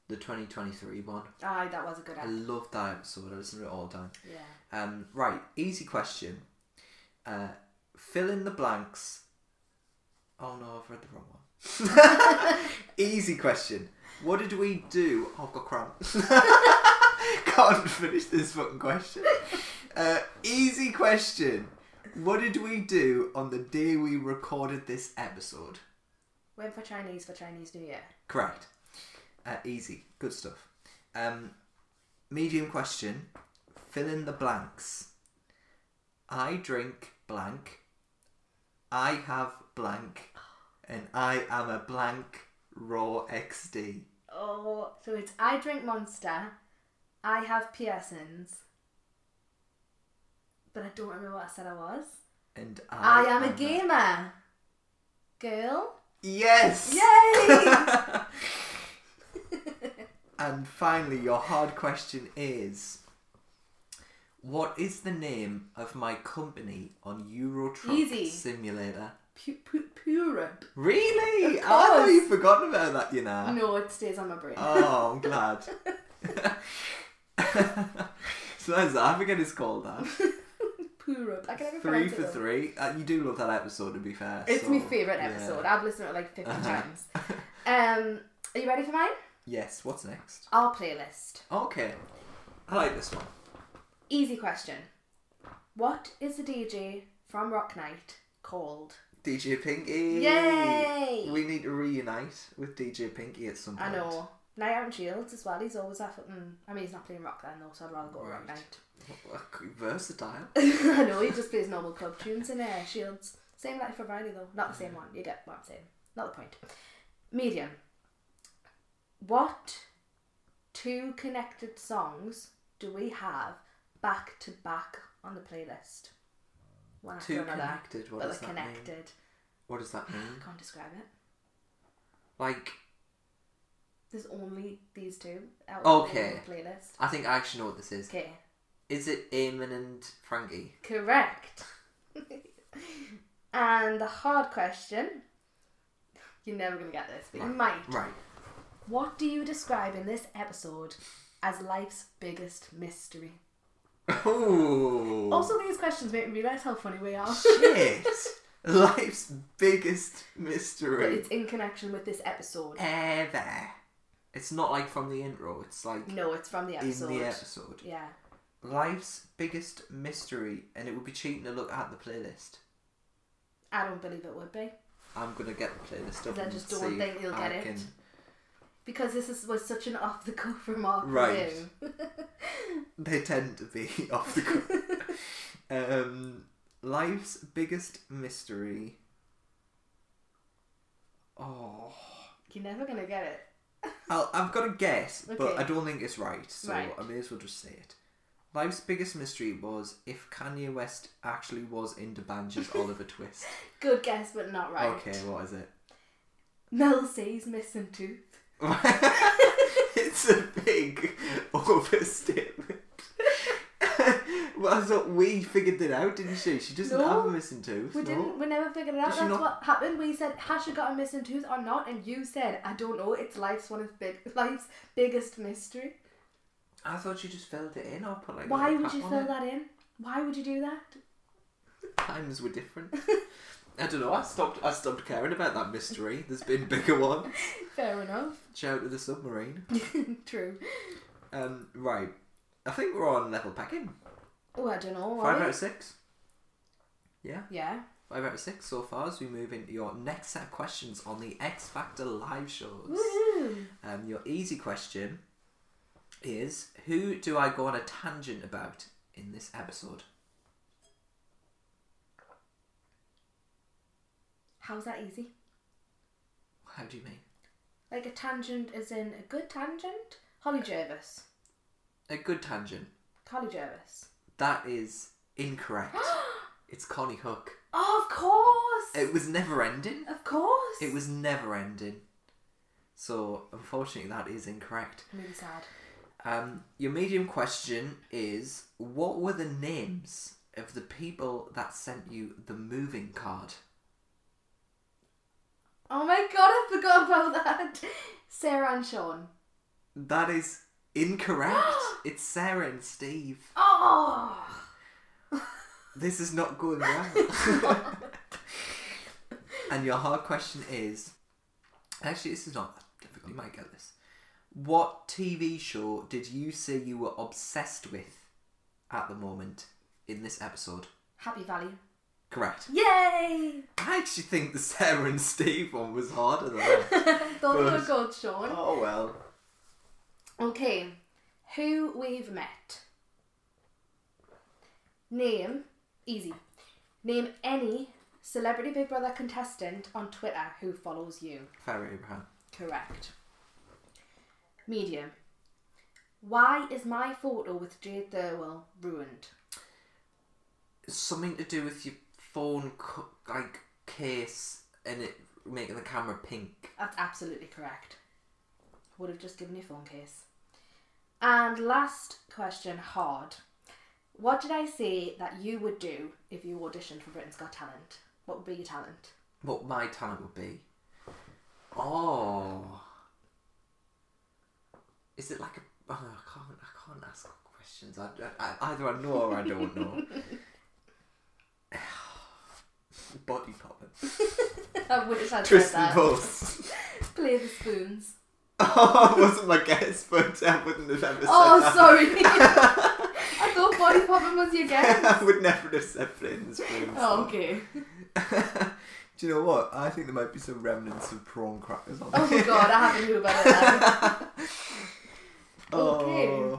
S1: the twenty twenty three one.
S2: Aye, that was a good
S1: I
S2: episode.
S1: loved that episode. I listened to it all the time.
S2: Yeah.
S1: Um, right, easy question. Uh, fill in the blanks. Oh no, I've read the wrong one. easy question. What did we do? Oh, I've got cramp. Can't finish this fucking question. Uh, easy question. What did we do on the day we recorded this episode?
S2: Went for Chinese for Chinese New Year.
S1: Correct. Uh, easy. Good stuff. Um, medium question. Fill in the blanks. I drink blank. I have blank. And I am a blank raw XD.
S2: Oh, so it's I drink Monster, I have Pearsons, but I don't remember what I said I was.
S1: And
S2: I,
S1: I,
S2: am a
S1: a-
S2: gamer. Girl.
S1: Yes!
S2: Yay!
S1: and finally, your hard question is What is the name of my company on Euro Truck
S2: Easy.
S1: Simulator?
S2: Pu- pu- Pura.
S1: Really?
S2: Of
S1: I thought
S2: course.
S1: you'd forgotten about that, you know.
S2: No, it stays on my brain.
S1: Oh, I'm glad. so that's that. I forget it's called that.
S2: Purup. I can never
S1: Three
S2: pronounce
S1: for
S2: it though.
S1: three. Uh, you do love that episode, to be fair.
S2: It's
S1: so,
S2: my favourite
S1: yeah.
S2: episode. I've listened to it like 50
S1: Uh-huh.
S2: times. Um, are you ready for mine?
S1: Yes, what's next?
S2: Our playlist.
S1: Okay. I like this one.
S2: Easy question. What is the DJ from Rock Night called?
S1: DJ Pinky.
S2: Yay!
S1: We need to reunite with DJ Pinky at some
S2: I
S1: point.
S2: know. Night Out and Shields as well. He's always after. Mm, I mean, he's not playing rock then though, so I'd rather go to Rock
S1: Right.
S2: Night.
S1: Versatile.
S2: I know he just plays normal club tunes in uh, Shields. Same like for Riley though, not the
S1: Mm.
S2: same one. You get what I'm saying. Not the point. Medium. What two connected songs do we have back to back on the playlist? One after
S1: Two
S2: another,
S1: connected. What
S2: but
S1: does
S2: they're
S1: that mean?
S2: connected.
S1: What does that mean?
S2: I can't describe it.
S1: Like,
S2: There's only these two out of
S1: Okay.
S2: the whole playlist.
S1: I think I actually know what this is.
S2: Okay,
S1: Is it Eamon and Frankie?
S2: correct. and the hard question. You're never gonna get this, but you might.
S1: Right.
S2: What do you describe in this episode as life's biggest mystery?
S1: Oh.
S2: Also, oh, these questions make me realise how funny we are.
S1: shit. Life's biggest
S2: but
S1: mystery
S2: it's in connection with this episode.
S1: ever. It's not like from the intro. It's like
S2: No, it's from the
S1: in
S2: episode.
S1: the episode.
S2: Yeah.
S1: Life's biggest mystery, and it would be cheating to look at the playlist.
S2: I don't believe it would be.
S1: I'm gonna get the playlist up.
S2: I
S1: and
S2: just
S1: see
S2: don't
S1: if
S2: think you'll
S1: I
S2: get it.
S1: can-
S2: Because this is, was such an off the cuff remark.
S1: Right.
S2: From you.
S1: They tend to be off the cuff. um, life's biggest mystery. Oh.
S2: You're never going to get it.
S1: I'll, I've got a guess, but
S2: Okay.
S1: I don't think it's right, so
S2: Right.
S1: I may as well just say it. Life's biggest mystery was if Kanye West actually was into Banjo's Oliver Twist.
S2: Good guess, but not right.
S1: Okay, what is it?
S2: Mel C's missing tooth.
S1: it's a big overstatement. well, I thought we figured it out, didn't she? She doesn't
S2: No.
S1: have a missing tooth.
S2: We
S1: no.
S2: didn't. We never figured it out.
S1: Did she
S2: That's
S1: not-
S2: what happened. We said, "Has she got a missing tooth or not?" And you said, "I don't know. It's life's one of big life's biggest mystery."
S1: I thought she just filled it in or put like. a
S2: Why
S1: little
S2: would
S1: cap
S2: you
S1: on
S2: fill
S1: it.
S2: that in? Why would you do that?
S1: Times were different. I don't know. I stopped. I stopped caring about that mystery. There's been bigger ones.
S2: Fair enough.
S1: Shout to the submarine.
S2: True.
S1: Um, right. I think we're on level pecking.
S2: Oh, I don't know.
S1: Five
S2: are
S1: out
S2: we?
S1: of six. Yeah,
S2: Yeah.
S1: five out of six so far as we move into your next set of questions on the X Factor live shows.
S2: Woohoo!
S1: Um, your easy question is Who do I go on a tangent about in this episode?
S2: How's that easy?
S1: How do you mean?
S2: Like a tangent is in a good tangent. Holly Jervis.
S1: A good tangent.
S2: Holly Jervis.
S1: That is incorrect. it's Connie Hook.
S2: Oh, of course.
S1: It was never ending.
S2: Of course.
S1: It was never ending. So, unfortunately, that is incorrect.
S2: I'm really sad.
S1: Um, your medium question is What were the names of the people that sent you the moving card?
S2: Oh my god, I forgot about that. Sarah and Sean.
S1: That is incorrect. it's Sarah and Steve.
S2: Oh.
S1: This is not going well. and your hard question is actually, this is not that difficult. You might get this. What TV show did you say you were obsessed with at the moment in this episode?
S2: Happy Valley.
S1: Correct.
S2: Yay!
S1: I actually think the Sarah and Steve one was harder than that.
S2: Thought you were
S1: First.
S2: good, Sean.
S1: oh well.
S2: Okay, who we've met. Name, easy. Name any celebrity Big Brother contestant on Twitter who follows you.
S1: Farrah Abraham.
S2: Correct. Medium. Why is my photo with Jade Thirlwell ruined?
S1: Something to do with your phone co- like case and it making the camera pink.
S2: That's absolutely correct. Would have just given you a phone case. And last question, hard. What did I say that you would do if you auditioned for Britain's Got Talent? What would be your talent?
S1: what my talent would be. Oh, is it like a? Oh, I can't. I can't ask questions. I, I, I- either I know or I don't know. Body popping.
S2: I wish I'd said
S1: Twist
S2: that.
S1: and pulse.
S2: Play the spoons.
S1: oh, it wasn't my guess, but I wouldn't have ever said
S2: oh,
S1: that.
S2: sorry. I thought body popping was your guess.
S1: I would never have said Flynn's spoons.
S2: Oh, okay.
S1: Do you know what? I think there might be some remnants of prawn crackers on
S2: Oh my god, I haven't heard about it. Then. Okay.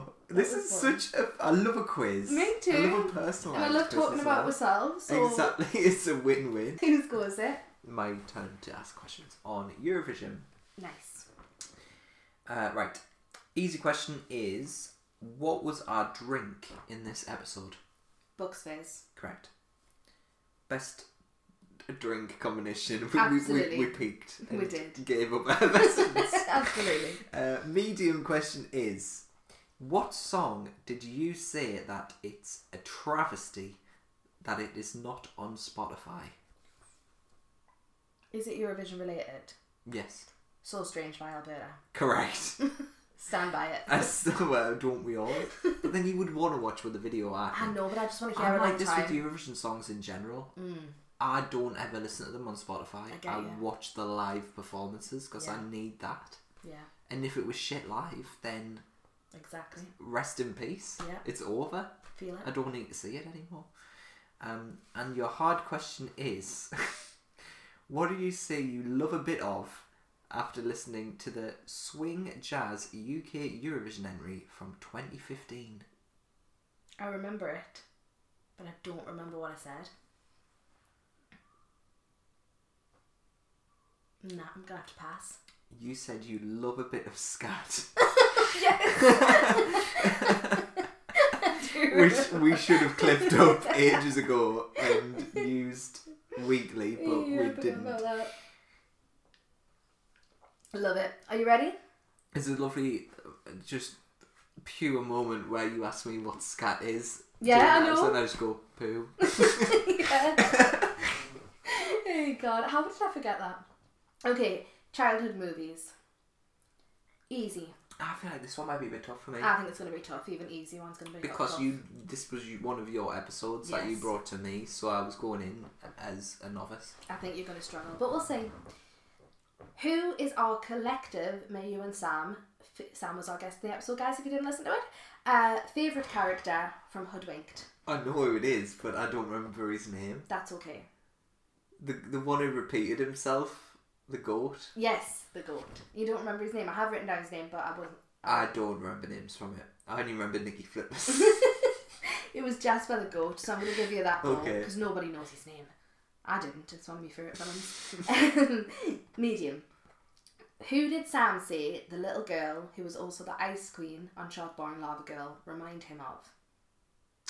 S1: Oh, this
S2: That
S1: is
S2: was fun.
S1: such a. I love a quiz.
S2: Me
S1: I
S2: too.
S1: love a personal.
S2: And I love talking about myself. So
S1: Exactly, it's a win-win.
S2: whose go is it?
S1: My turn to ask questions on Eurovision.
S2: Nice.
S1: Uh, right, easy question is: What was our drink in this episode?
S2: Bucks Fizz.
S1: Correct. Best drink combination. We, we, we,
S2: Absolutely.
S1: we peaked.
S2: We
S1: and
S2: did.
S1: Gave up our lessons.
S2: Absolutely.
S1: Uh, medium question is what song did you say that it's a travesty that it is not on spotify
S2: Is it Eurovision related?
S1: yes
S2: So Strange by Alberta.
S1: correct
S2: Stand by it.
S1: I still uh, don't we all but then you would want to watch with the video art
S2: I know, but I just want to hear
S1: i'm
S2: it all
S1: like
S2: the
S1: this with
S2: time.
S1: eurovision songs in general i don't ever listen to them on spotify
S2: Mm. I get
S1: i,
S2: ya.
S1: watch the live performances because i
S2: Yeah.
S1: need that
S2: Yeah,
S1: and if it was shit live then
S2: exactly.
S1: rest in peace
S2: Yeah.
S1: it's over
S2: Feel
S1: I
S2: it.
S1: don't need to see it anymore. Um, and your hard question is what do you say you love a bit of after listening to the Swing Jazz UK Eurovision entry from 2015?
S2: I remember it, but I don't remember what I said. Nah, I'm gonna have to pass.
S1: You said you love a bit of scat, which we should have clipped up ages ago and used weekly, but we
S2: Yeah, I forgot
S1: didn't.
S2: about that. Love it. Are you ready?
S1: It's a lovely, uh, just pure moment where you ask me what scat is.
S2: Yeah,
S1: During
S2: I
S1: that,
S2: know.
S1: And I just go poo.
S2: yeah. oh god, how did I forget that? Okay, childhood movies. Easy.
S1: I feel like this one might be a bit tough for me
S2: I think it's gonna be tough. Even easy one's gonna be
S1: because
S2: tough.
S1: you this was you- one of your episodes that you
S2: Yes.
S1: brought to me, so I was going in as a novice.
S2: I think you're gonna struggle, but we'll see. Who is our collective? Me, you, and Sam. F- Sam was our guest in the episode, guys. If you didn't listen to it, uh, favorite character from Hoodwinked.
S1: I know who it is, but I don't remember his name.
S2: That's okay.
S1: The the one who repeated himself, the goat.
S2: Yes, the goat. You don't remember his name. I have written down his name, but I wasn't.
S1: I don't remember names from it. I only remember Nicky Flippers.
S2: It was Jasper the Goat, so I'm going to give you that one
S1: Okay.
S2: because nobody knows his name. I didn't. It's one of my favourite films. Um, Medium. Who did Sam say the little girl who was also the ice queen on Sharkboy and Lava Girl remind him of?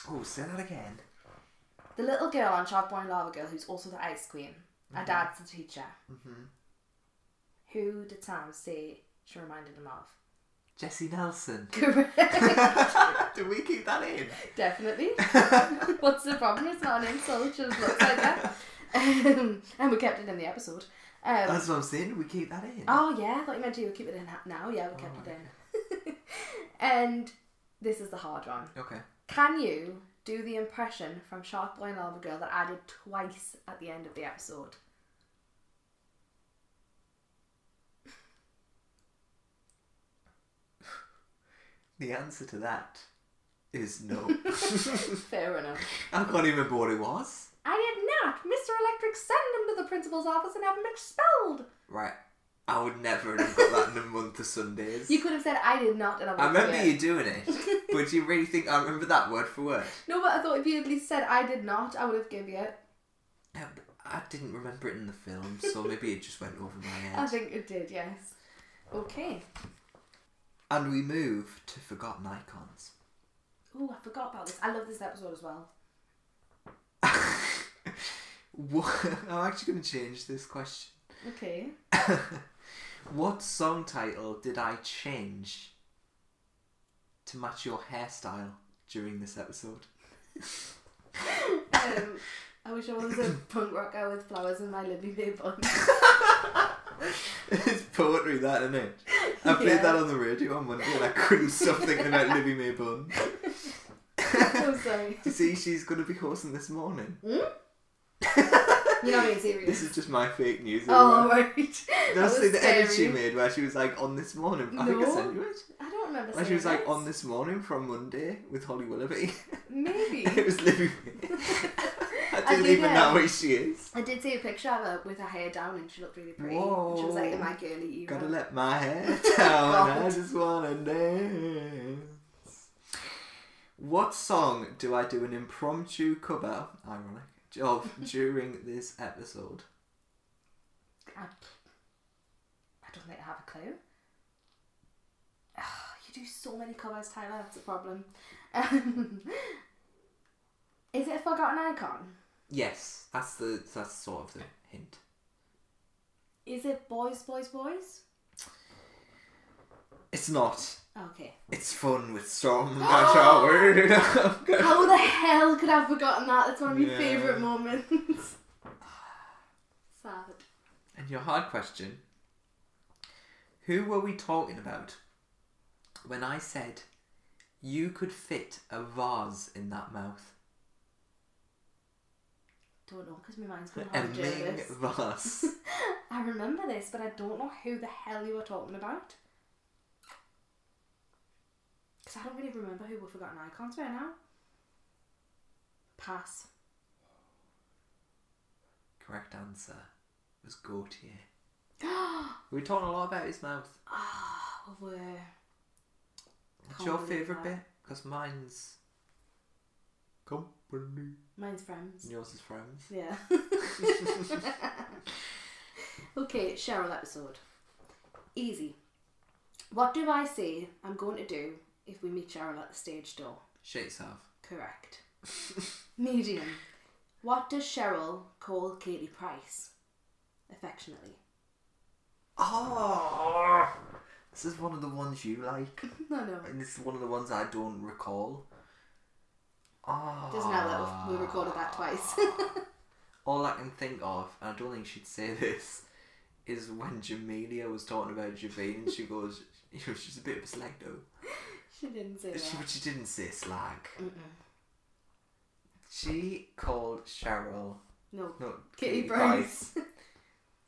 S1: oh, say that again.
S2: The little girl on Sharkboy and Lava Girl who's also the ice queen. Her dad's the teacher.
S1: Mhm.
S2: Who did Sam say she reminded him of?
S1: Jesse Nelson.
S2: Correct.
S1: Do we keep that in?
S2: Definitely. What's the problem? It's not an insult. It just looks like that. Um, and we kept it in the episode. Um,
S1: That's what I'm saying. Do we keep that in?
S2: Oh yeah, I thought you meant you would keep it in ha- now. Yeah, we kept it in. and this is the hard one.
S1: Okay.
S2: Can you do the impression from Shark Boy and Lava Girl that I did twice at the end of the episode?
S1: The answer to that is no.
S2: Fair enough.
S1: I can't even remember what it was.
S2: I did not. Mr. Electric send him to the principal's office and have him expelled.
S1: Right. I would never have got that in a month of Sundays.
S2: You could have said I did not, and I would
S1: I
S2: have
S1: remember
S2: forget.
S1: you doing it, but do you really think I remember that word for word?
S2: No, but I thought if you at least said I did not, I would have given you it.
S1: Um, I didn't remember it in the film, so maybe it just went over my
S2: I
S1: head.
S2: think it did, yes. Okay.
S1: And we move to Forgotten Icons.
S2: Ooh, I forgot about this. I love this episode as well.
S1: What, I'm actually going to change this question.
S2: Okay.
S1: What song title did I change to match your hairstyle during this episode?
S2: Um, I wish I was a punk rocker with flowers in my Libby May bun.
S1: it's poetry, that isn't it? I played
S2: Yeah.
S1: that on the radio on Monday, and I couldn't stop thinking about Libby May Bun.
S2: I'm sorry.
S1: You see, she's going to be hosting this morning.
S2: You're not being serious.
S1: Hmm? This is just my fake news.
S2: Oh,
S1: Oh,
S2: right.
S1: Did I
S2: That
S1: see
S2: was
S1: the edit she
S2: scary.
S1: made where she was like on this morning? I think I
S2: No.
S1: sent you it.
S2: I don't remember
S1: Where she
S2: saying
S1: was like
S2: this.
S1: on this morning from Monday with Holly Willoughby.
S2: Maybe.
S1: it was Libby May. I
S2: I
S1: didn't
S2: did,
S1: even
S2: um,
S1: know who she is.
S2: I did see a picture of her with her hair down and she looked really pretty.
S1: Whoa.
S2: She was like in my girly era.
S1: Gotta let my hair down. I
S2: God.
S1: just wanna dance. What song do I do an impromptu cover? Ironic. Of during this episode.
S2: I, I don't think I have a clue. Ah, you do so many covers, Tyler. That's a problem. Um, is it a forgotten icon?
S1: Yes, that's the that's sort of the hint.
S2: Is it boys, boys, boys?
S1: It's not.
S2: Okay.
S1: It's fun with Storm Watch Hour.
S2: How the hell could I have forgotten that? That's one of my
S1: Yeah.
S2: favourite moments. Sad.
S1: And your hard question Who were we talking about when I said you could fit a vase in that mouth?
S2: Don't know because my mind's going
S1: A
S2: hard to
S1: Ming
S2: this.
S1: vase.
S2: I remember this, but I don't know who the hell you were talking about. Because I don't really remember who we've forgotten icons by now. Pass.
S1: Correct answer was Gautier. we were talking a lot about his mouth.
S2: Ah, we were.
S1: What's your
S2: Can't believe
S1: favourite bit?
S2: that.
S1: Because mine's. Company.
S2: Mine's friends.
S1: And yours is friends.
S2: Yeah. okay, Cheryl episode. Easy. What do I say I'm going to do if we meet Cheryl at the stage door?
S1: Shit yourself.
S2: Correct. Medium. What does Cheryl call Katie Price? Affectionately.
S1: Oh, this is one of the ones you like,
S2: No, no.
S1: and this is one of the ones I don't recall. Oh,
S2: Just now that we've- we recorded that twice.
S1: Ah. All I can think of, and I don't think she'd say this, is when Jamelia was talking about Javine, and she goes, you know, she's a bit of a slag though.
S2: she didn't say
S1: She,
S2: that.
S1: but she didn't say slag.
S2: Mm-mm.
S1: She called Cheryl,
S2: No.
S1: no,
S2: Kitty, Price.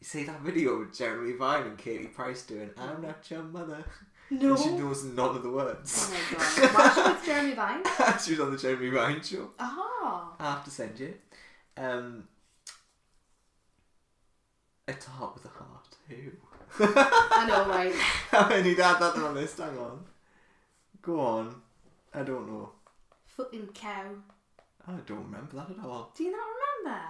S1: You see that video with Jeremy Vine and Katie Price doing "I'm not your mother,"
S2: no.
S1: and she knows none of the words.
S2: Oh my god. Why she with Jeremy Vine?
S1: she was on the Jeremy Vine show.
S2: Ah.
S1: I have to send you. Um, it's a heart with a heart. Who?
S2: I know, right?
S1: How many did that on this? Hang on. Go on. I don't know.
S2: Fucking cow.
S1: I don't remember that at all.
S2: Do you not remember?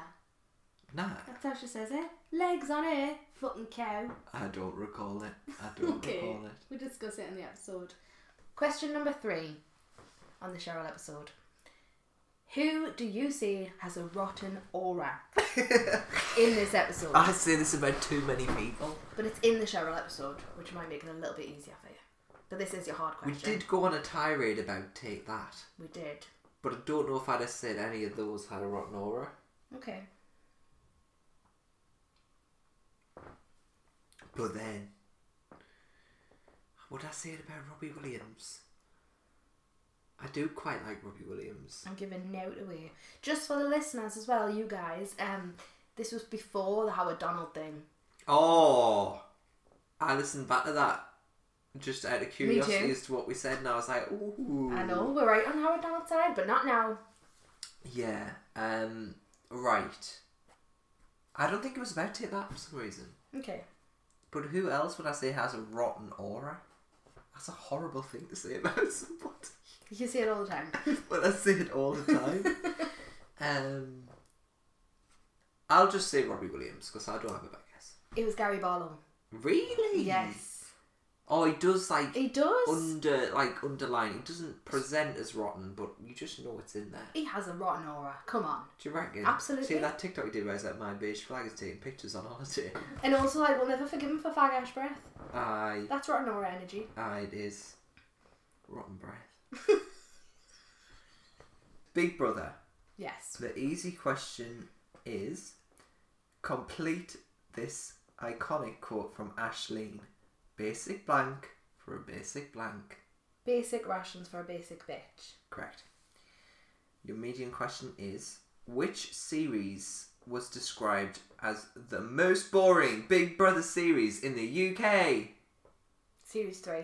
S1: Nah,
S2: That's how she says it. Legs on it. Fucking cow.
S1: I don't recall it. I don't
S2: Okay.
S1: recall it.
S2: We discuss it in the episode. Question number three on the Cheryl episode. Who do you see has a rotten aura in this episode?
S1: I say this about too many people.
S2: But it's in the Cheryl episode, which might make it a little bit easier for you. But this is your hard
S1: We
S2: question.
S1: did go on a tirade about take that,
S2: We did.
S1: but I don't know if I'd have said any of those had a rotten aura.
S2: Okay.
S1: But then, what did I say about Robbie Williams? I do quite like Robbie Williams.
S2: I'm giving note away. Just for the listeners as well, you guys, um, this was before the Howard Donald thing.
S1: Oh, I listened back to that just out of
S2: too.
S1: curiosity as to what we said, and I was like, ooh.
S2: I know, we're right on Howard Donald's side, but not now.
S1: Yeah. Um. Right. I don't think it was about take that for some reason.
S2: Okay.
S1: But who else would I say has a rotten aura? That's a horrible thing to say about somebody.
S2: You see it all the time.
S1: But I say it all the time. um, I'll just say Robbie Williams because I don't have a better guess.
S2: it was Gary Barlow.
S1: Really?
S2: Yes.
S1: Oh, he does like
S2: He does.
S1: under like underline. He doesn't present as rotten, but you just know it's in there.
S2: he has a rotten aura. Come on.
S1: Do you reckon?
S2: Absolutely.
S1: See that TikTok he did where he's like, "My beige flag is taking pictures on holiday."
S2: And also, I will never forgive him for fag ash breath.
S1: Aye,
S2: That's rotten aura energy.
S1: aye, it is. Rotten breath. Big Brother.
S2: Yes.
S1: The easy question is complete this iconic quote from Ashleen. Basic blank for a basic blank.
S2: Basic rations for a basic bitch.
S1: Correct. Your median question is which series was described as the most boring Big Brother series in the UK?
S2: Series 3.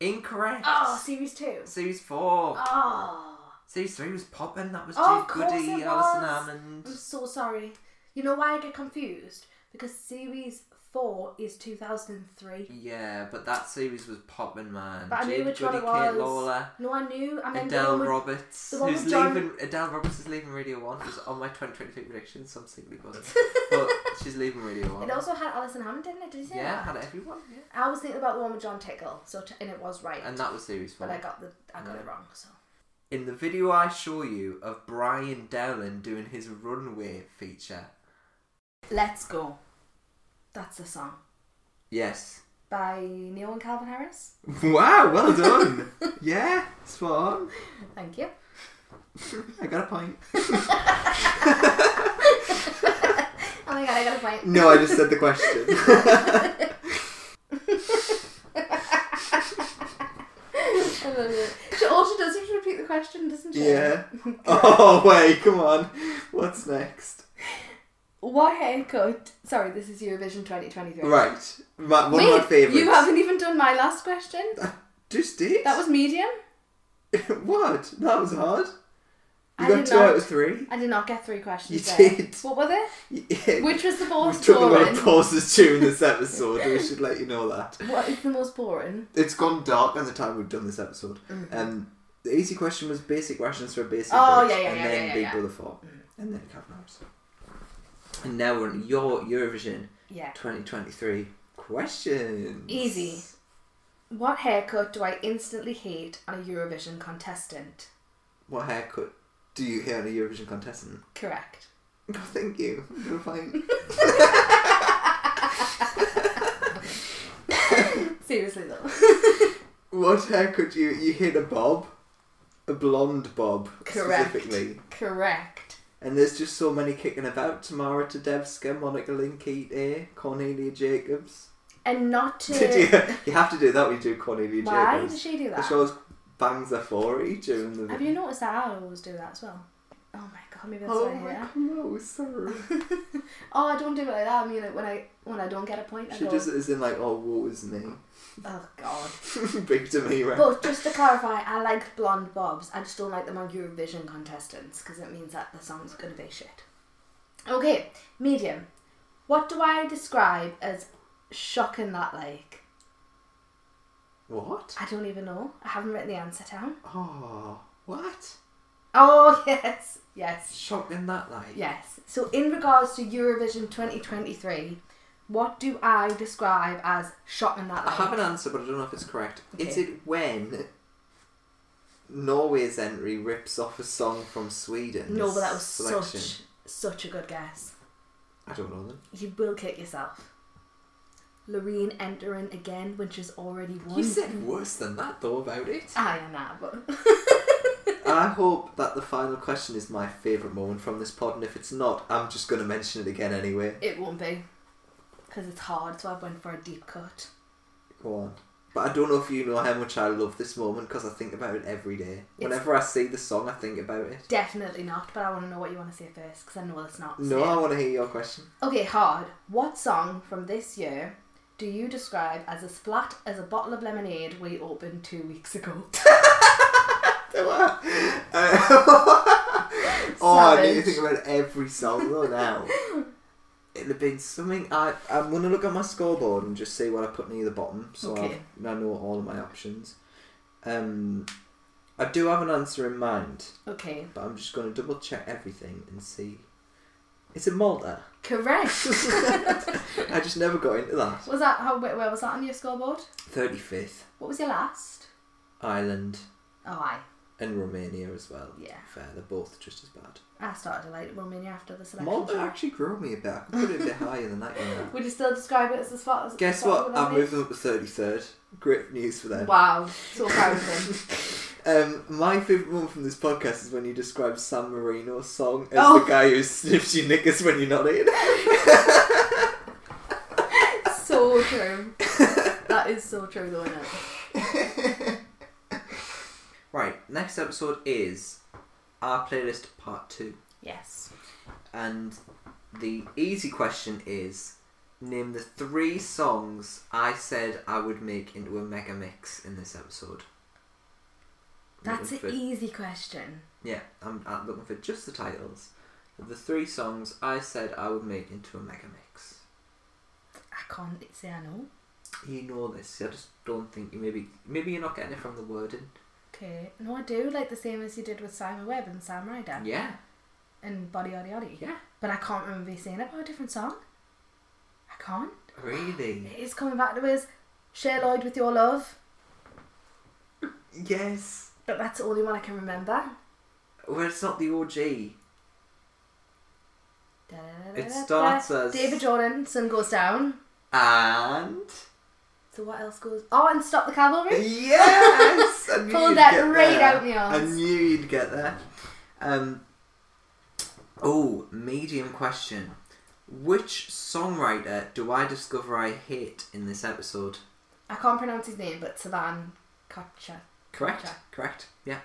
S1: Incorrect.
S2: Oh, series 2.
S1: Series 4.
S2: Oh.
S1: Series 3 was popping. That was Jake
S2: Oh, of course
S1: Goody,
S2: it
S1: Alison
S2: was.
S1: Hammond.
S2: I'm so sorry. You know why I get confused? Because series four is 2003.
S1: Yeah, but that series was popping, man.
S2: But I knew
S1: Jade
S2: which one it
S1: Goody,
S2: was.
S1: Kate Lawler,
S2: No, I knew. I meant the
S1: Adele
S2: one with-
S1: Roberts,
S2: the one
S1: who's
S2: with John-
S1: leaving. Adele Roberts is leaving Radio One. It was on my 2023 predictions. so I'm singly buzzing. but she's leaving Radio One.
S2: It also had Alison Hammond, didn't it? Did you say
S1: yeah,
S2: that?
S1: had everyone. Yeah.
S2: I was thinking about the one with John Tickle, so t- and it was right.
S1: And that was series
S2: but
S1: four.
S2: I got the I got it
S1: Yeah.
S2: wrong. So
S1: In the video I show you of Brian Dowland doing his runway feature.
S2: let's go. That's the song
S1: Yes.
S2: by Neil and Calvin Harris.
S1: Wow. Well done. yeah. Spot on.
S2: Thank you.
S1: I got a point.
S2: Oh my god, I got a point.
S1: No, I just said the question.
S2: I love it. She, all she does is repeat the question, doesn't she?
S1: Yeah. oh wait, come on. What's next?
S2: What haircut? Sorry, this is Eurovision 2023.
S1: Right. My, one
S2: Wait,
S1: of my favourites.
S2: You haven't even done my last question.
S1: Just did.
S2: That was medium.
S1: what? That was hard. You
S2: I
S1: got
S2: did
S1: two
S2: not.
S1: out of three.
S2: I did not get three questions.
S1: You
S2: there.
S1: did.
S2: What were they?
S1: Yeah.
S2: Which was the
S1: We
S2: most
S1: took a lot
S2: boring?
S1: of pauses during this episode. we should let you know that.
S2: What is the most boring?
S1: It's gone dark by the time we've done this episode. Um, the easy question was basic rations for a basic
S2: Mm-hmm. Oh,
S1: bitch,
S2: yeah, yeah,
S1: and
S2: yeah,
S1: then
S2: yeah,
S1: Big
S2: yeah. Mm-hmm.
S1: Brother Four, and then Calvin Harris. And now we're on your Eurovision
S2: Yeah.
S1: 2023 questions.
S2: Easy. What haircut do I instantly hate on a Eurovision contestant?
S1: What haircut do you hear on a Eurovision contestant?
S2: Correct.
S1: Oh, thank you. You're fine.
S2: Seriously though.
S3: What hair could you? You hit a bob, a blonde bob
S2: Correct.
S3: specifically,
S2: Correct.
S3: and there's just so many kicking about. Tamara Tadevska, Monica Linkeater, Cornelia Jacobs.
S2: And not to.
S3: Did you? You have to do that. We do Cornelia
S2: Why
S3: Jacobs.
S2: did she do
S3: The
S2: that?
S3: show's bangs are fory during the.
S2: Have you noticed that I always do that as well? Oh my god, maybe that's
S3: oh
S2: why I
S3: my
S2: hate her.
S3: closer.
S2: oh, I don't do it like that. I mean, like, when I when I don't get a point, I
S3: She
S2: go,
S3: does it as in like, oh, woe is me,
S2: oh god.
S3: big to me, right?
S2: But just to clarify, I like blonde bobs. I just don't like them on Eurovision contestants because it means that the song's gonna be shit. Okay, medium. What do I describe as shocking that like?
S3: What?
S2: I don't even know. I haven't written the answer down.
S3: Oh, what?
S2: Oh yes, yes.
S3: Shocking that like.
S2: Yes. So, in regards to Eurovision 2023, what do I describe as shocking that
S3: I
S2: like?
S3: have an answer, but I don't know if it's correct. Is
S2: Okay.
S3: it when Norway's entry rips off a song from Sweden?
S2: No, but that was such such a good guess.
S3: I don't know then.
S2: You will kick yourself. Loreen entering again when she's already won.
S3: You said worse than that though about it.
S2: I am not, but
S3: I hope that the final question is my favourite moment from this pod, and if it's not, I'm just going to mention it again anyway.
S2: it won't be because it's hard. So I went for a deep cut.
S3: Go on. But I don't know if you know how much I love this moment because I think about it every day. Whenever I see the song, I think about it.
S2: Definitely not. But I want to know what you want to say first because I know it's not.
S3: No, I want to hear your question.
S2: Okay, hard. What song from this year do you describe as as flat as a bottle of lemonade we opened two weeks ago?
S3: Uh, oh, I need to
S2: Savage.
S3: think about every song though now. It'll have been something. I I'm gonna look at my scoreboard and just see what I put near the bottom, so
S2: Okay.
S3: I've, I know all of my options. Um, I do have an answer in mind,
S2: Okay,
S3: but I'm just gonna double check everything and see. Is it Malta?
S2: correct.
S3: I just never got into that.
S2: was that how? Where, where was that on your scoreboard?
S3: Thirty fifth
S2: What was your last?
S3: Ireland
S2: Oh, I
S3: and Romania as well.
S2: Yeah.
S3: fair. They're both just as bad.
S2: I started to like Romania after the selection.
S3: Malta
S2: show.
S3: actually grew me a bit. I could put it a bit higher than that. You know.
S2: Would you still describe it as the spot? As
S3: Guess
S2: the spot
S3: what?
S2: of
S3: I
S2: lemonade?
S3: moved them up to thirty third. Great news for them.
S2: Wow, so proud of him.
S3: Um, my favourite one from this podcast is when you describe San Marino's song as
S2: Oh.
S3: the guy who sniffs your knickers when you're not in.
S2: so true. That is so true, though. Isn't it?
S1: Right, next episode is our playlist part two.
S2: Yes.
S1: And the easy question is name the three songs I said I would make into a mega mix in this episode. I'm
S2: That's
S1: looking
S2: an
S1: for-
S2: easy question.
S1: Yeah, I'm, I'm looking for just the titles of the three songs I said I would make into a mega mix.
S2: I can't say I know.
S1: You know this. I just don't think you maybe maybe you're not getting it from the wording.
S2: Okay. No, I do like the same as you did with Simon Webb and Sam Ryder
S1: Yeah,
S2: and Body Oddy Oddy.
S1: Yeah.
S2: But I can't remember you saying it about a different song. I can't.
S3: Mm.
S1: really.
S2: It is coming back to us. Share Lloyd with your love.
S1: Yes.
S2: But that's the only one I can remember.
S1: Well, it's not the OG. It
S2: Da-da-da-da-da.
S1: starts as
S2: David Jordan, Sun Goes Down.
S1: and
S2: So what else goes? Oh, and Stop the Cavalry.
S1: yes. I knew
S2: Pulled
S1: you'd
S2: that
S1: get
S2: right
S1: there.
S2: out my
S1: I
S2: arse.
S1: knew you'd get there. Um. Oh, medium question. Which songwriter do I discover I hate in this episode?
S2: I can't pronounce his name, but Savan Kopcha.
S1: Correct.
S2: Okay.
S1: Correct. Yeah.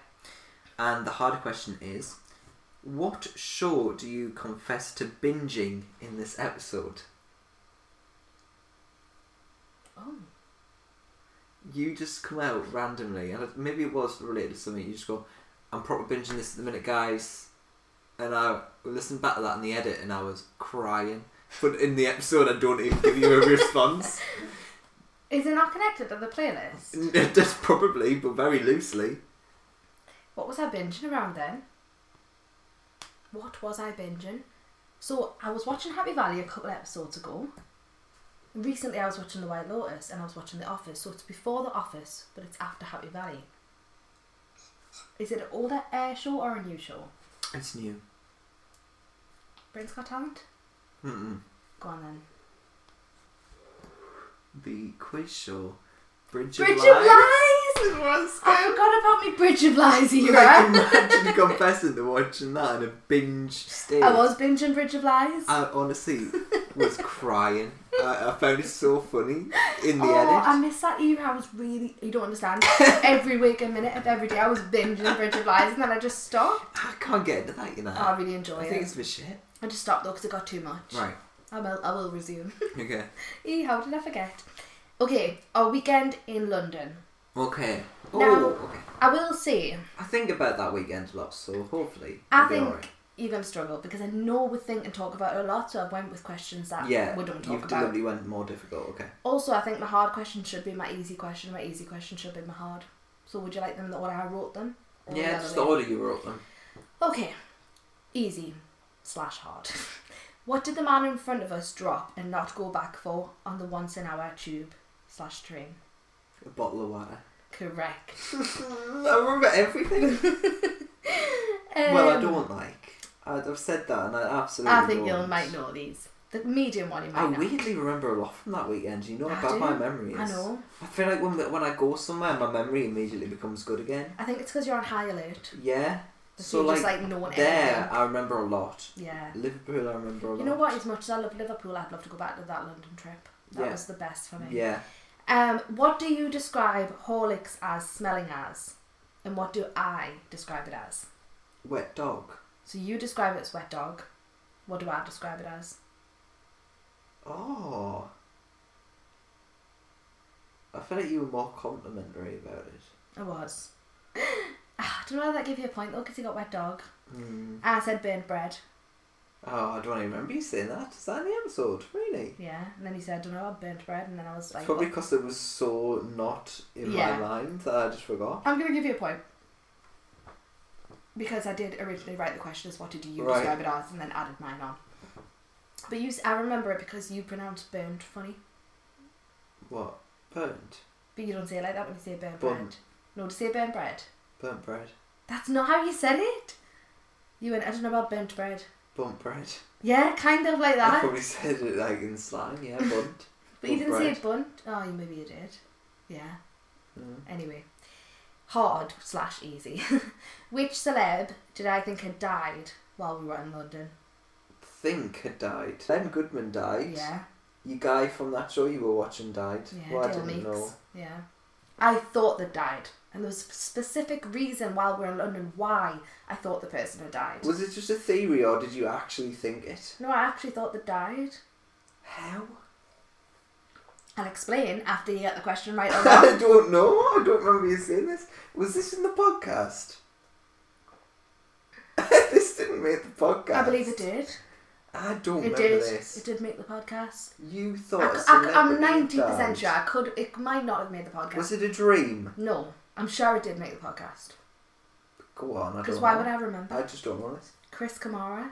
S1: And the harder question is, what show do you confess to binging in this episode?
S2: Oh.
S1: You just come out randomly, and it- maybe it was related to something. You just go, "I'm proper binging this at the minute, guys," and I listened back to that in the edit, and I was crying. But in the episode, I don't even give you a response.
S2: Is it not connected to the playlist?
S3: Just probably, but very loosely.
S2: What was I binging around then? What was I binging? So I was watching Happy Valley a couple episodes ago. Recently, I was watching The White Lotus and I was watching The Office. So it's before The Office, but it's after Happy Valley. Is it an older air show or a new show?
S1: It's new.
S2: Britain's Got Talent.
S1: Mm-mm.
S2: Go on then.
S1: The quiz show Bridge,
S2: Bridge
S1: of
S2: of
S1: Lies.
S2: Lies!
S1: It was
S2: I forgot about my Bridge of Lies
S1: good.
S2: era.
S1: Like, imagine confessing to watching that in a binge state.
S2: I was binging Bridge of Lies.
S1: I honestly was crying. I, I found it so funny in the
S2: oh,
S1: edit.
S2: I miss that era. I was really, you don't understand. every week, a minute of every day, I was binging Bridge of Lies, and then I just stopped.
S1: I can't get into that, you know.
S2: Oh, I really enjoy
S1: I
S2: it.
S1: think it's my shit.
S2: I just stopped though because it got too much.
S1: Right.
S2: I will, I will resume.
S1: Okay.
S2: Ee, how did I forget? Okay, our weekend in London.
S1: Okay. Oh,
S2: Now-
S1: okay.
S2: I will say,
S1: I think about that weekend a lot, so hopefully.
S2: I
S1: it'll be
S2: think
S1: alright.
S2: you're going to struggle because I know we think and talk about it a lot, so I went with questions that
S1: Yeah.
S2: we don't talk
S1: You've
S2: about.
S1: deliberately went more difficult. Okay.
S2: Also, I think my hard question should be my easy question, my easy question should be my hard. So, would you like them in the order I wrote them? Or Oh, the
S1: yeah,
S2: other
S1: just
S2: way?
S1: the order you wrote them.
S2: Okay, easy slash hard. What did the man in front of us drop and not go back for on the once an hour tube slash train?
S1: A bottle of water. Mm,
S2: Correct.
S1: I remember everything. well, I don't like. I- I've said that, and I absolutely.
S2: Um, I think
S1: don't.
S2: you might know these. The medium one you might
S1: I
S2: know.
S1: weirdly remember a lot from that weekend. You know
S2: I
S1: how bad my
S2: do.
S1: memory is.
S2: I know.
S1: I feel like when when I go somewhere, my memory immediately becomes good again.
S2: I think it's because you're on high alert.
S1: Yeah.
S2: So,
S1: So
S2: you
S1: like,
S2: just like knowing
S1: there,
S2: everything.
S1: I remember a lot.
S2: Yeah.
S1: Liverpool, I remember a lot.
S2: You know what? As much as I love Liverpool, I'd love to go back to that London trip. That
S1: Yeah.
S2: was the best for me.
S1: Yeah.
S2: Um, what do you describe Horlicks as smelling as? And what do I describe it as?
S1: Wet dog.
S2: So you describe it as wet dog. What do I describe it as?
S1: Oh. I feel like you were more complimentary about it.
S2: It was. Ah, I don't know whether that gave you a point though, because you got wet dog.
S1: Mm.
S2: I said burnt bread.
S1: Oh, I don't even remember you saying that. Is that in the episode? Really?
S2: Yeah. And then you said, I don't know, I burnt bread. And then I was
S1: It's
S2: like,
S1: probably
S2: "Oh."
S1: because it was so not in
S2: Yeah.
S1: my mind that I just forgot.
S2: I'm going to give you a point. Because I did originally write the question as what did you
S1: Right.
S2: describe it as and then added mine on. But you, s- I remember it because you pronounced burnt funny.
S1: What? Burnt.
S2: But you don't say it like that when you say burnt
S1: Bun.
S2: bread. No, to say burnt bread.
S1: Burnt bread.
S2: That's not how you said it. You went, I don't know about burnt bread.
S1: Burnt bread.
S2: Yeah, kind of like
S1: I
S2: that.
S1: probably said it like in slang, yeah, burnt.
S2: But you
S1: Bunt
S2: didn't
S1: bread.
S2: say bunt. Oh, you- maybe you did. Yeah.
S1: Mm.
S2: Anyway, hard slash easy. Which celeb did I think had died while we were in London?
S1: Think had died. Len Goodman died.
S2: Yeah.
S1: You guy from that show you were watching died.
S2: Yeah.
S1: well, I
S2: Dale
S1: didn't
S2: Meeks.
S1: know.
S2: Yeah. I thought that died, and there was a specific reason while we were in London why I thought the person had died.
S1: Was it just a theory or did you actually think it?
S2: no, I actually thought that died.
S1: How?
S2: I'll explain after you get the question right or wrong.
S1: I don't know. I don't remember you saying this. Was this in the podcast? this didn't make the podcast.
S2: I believe it did.
S1: I don't
S2: It
S1: remember
S2: did.
S1: this.
S2: It did make the podcast.
S1: You
S2: I,
S1: thought a
S2: am
S1: celebrity
S2: ninety percent
S1: died.
S2: sure. I could. It might not have made the podcast.
S1: Was it a dream?
S2: No, I'm sure it did make the podcast.
S1: Go on. I
S2: Because
S1: don't
S2: why
S1: know.
S2: would I remember?
S1: I just don't know this.
S2: Chris Kamara.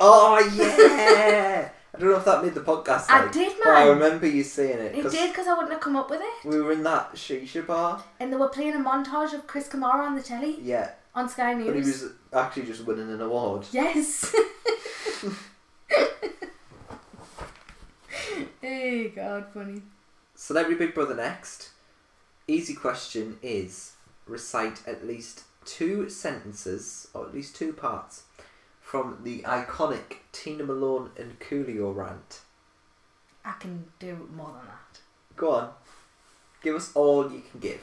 S1: Oh yeah! I don't know if that made the podcast.
S2: I
S1: like,
S2: did,
S1: but I
S2: man.
S1: remember you saying it.
S2: It
S1: 'cause
S2: did because I wouldn't have come up with it.
S1: We were in that shisha bar.
S2: And they were playing a montage of Chris Kamara on the telly
S1: Yeah,
S2: on Sky News.
S1: but he was actually just winning an award.
S2: Yes. hey, God, funny.
S1: Celebrity Big Brother next. Easy question is recite at least two sentences or at least two parts from the iconic Tina Malone and Coolio rant.
S2: I can do more than that.
S1: Go on, give us all you can give.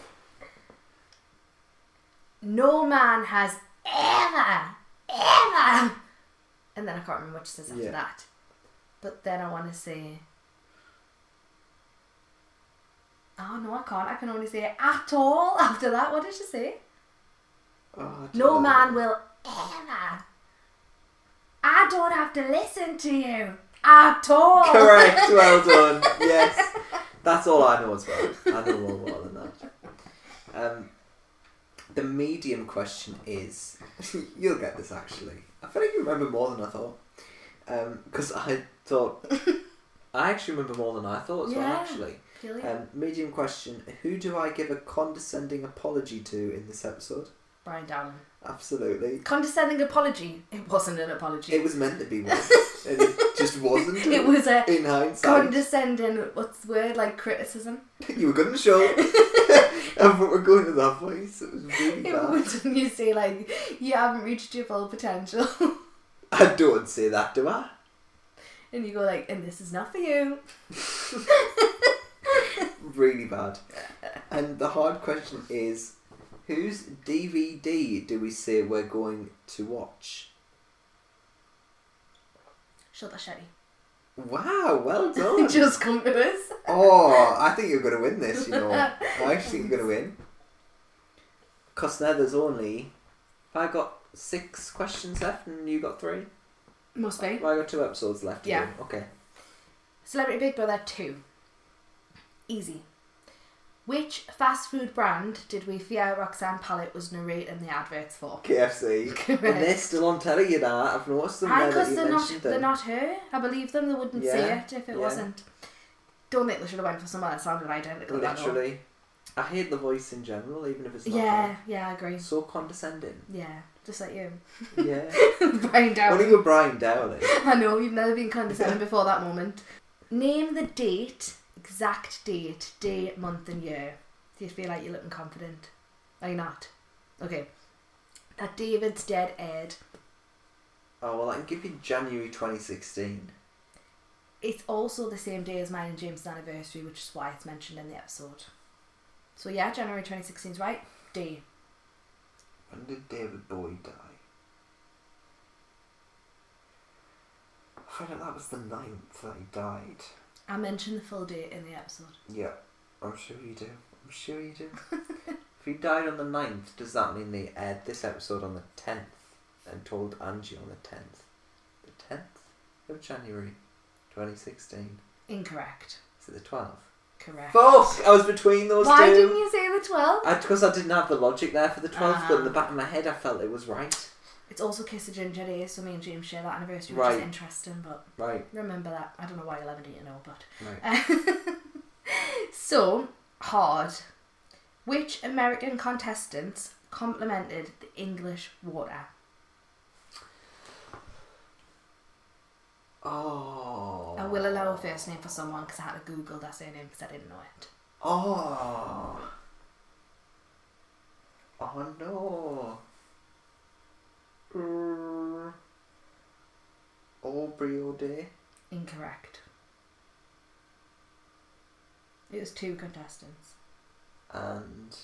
S2: No man has ever, ever. And then I can't remember what she says after
S1: Yeah.
S2: that. But then I want to say. Oh, no, I can't. I can only say at all after that. What did she say?
S1: Oh, I don't
S2: No
S1: know.
S2: man will ever. I don't have to listen to you at all.
S1: Correct. Well done. Yes, that's all I know as well. I know more well than that. Um, the medium question is, you'll get this actually. I feel like you remember more than I thought, because I thought I actually remember more than I thought as well.
S2: Yeah.
S1: Actually,
S2: Brilliant.
S1: um, medium question: Who do I give a condescending apology to in this episode?
S2: Brian Downham.
S1: Absolutely.
S2: Condescending apology. It wasn't an apology.
S1: It was meant to be one, and it just wasn't.
S2: It was a
S1: in hindsight.
S2: condescending, what's the word, like criticism.
S1: you were good in the show. and we were going to that place. It was really
S2: It
S1: bad.
S2: was when you say, like, you haven't reached your full potential.
S1: I don't say that, do I?
S2: and you go, like, and this is not for you.
S1: Really bad. And the hard question is, whose DVD do we say we're going to watch?
S2: Shut the shetty.
S1: Wow, well done.
S2: Just come to us.
S1: Oh, I think you're going to win this, you know. I actually think you're going to win. Because now there's only. I got six questions left and you got three?
S2: Must be.
S1: Well, I got two episodes left. to
S2: Yeah.
S1: do. Okay.
S2: Celebrity Big Brother 2. Easy. Which fast food brand did we fear Roxanne Pallett was narrating the adverts for?
S1: KFC.
S2: Correct.
S1: And they're still on telly, you know. I've noticed them now that
S2: Because
S1: you
S2: they're not,
S1: mentioned
S2: they're
S1: them.
S2: not her. I believe them. They wouldn't say
S1: Yeah,
S2: it if it
S1: yeah.
S2: wasn't. Don't think they should have went for someone that sounded identical. at all.
S1: Literally. I hate the voice in general, even if it's not
S2: Yeah, yeah, I agree.
S1: her. So condescending.
S2: Yeah, just like you.
S1: Yeah.
S2: Brain down.
S1: Only with Brian Dowling.
S2: I know, you've never been condescending before that moment. Name the date, exact date, day, month, and year. Do you feel like you're looking confident? Are you not? Okay. That David's dead aired.
S1: Oh, well, I can give you January 2016.
S2: It's also the same day as mine and James' anniversary, which is why it's mentioned in the episode. So, yeah, January 2016 is right. Day.
S1: When did David Bowie die? I feel like that was the ninth that he died.
S2: I mentioned the full date in the episode.
S1: Yeah, I'm sure you do. I'm sure you do. if he died on the 9th, does that mean they aired this episode on the 10th and told Angie on the 10th? The 10th of January 2016.
S2: Incorrect.
S1: Is it the 12th?
S2: Correct.
S1: Fuck! I was between those
S2: Why
S1: two.
S2: didn't you say the 12th?
S1: Because I, didn't have the logic there for the 12th, but in the
S2: Ah.
S1: back of my head I felt it was right.
S2: It's also Kiss of Ginger Day, so me and James share that anniversary, which
S1: Right.
S2: is interesting, but
S1: Right,
S2: remember that. I don't know why you'll ever need to know, but.
S1: right.
S2: so, hard. Which American contestants complimented the English water?
S1: Oh.
S2: I will allow a first name for someone because I had to Google their surname because I didn't know it.
S1: Oh. Oh no. Mm. Aubrey O'Day.
S2: Incorrect. It was two contestants.
S1: and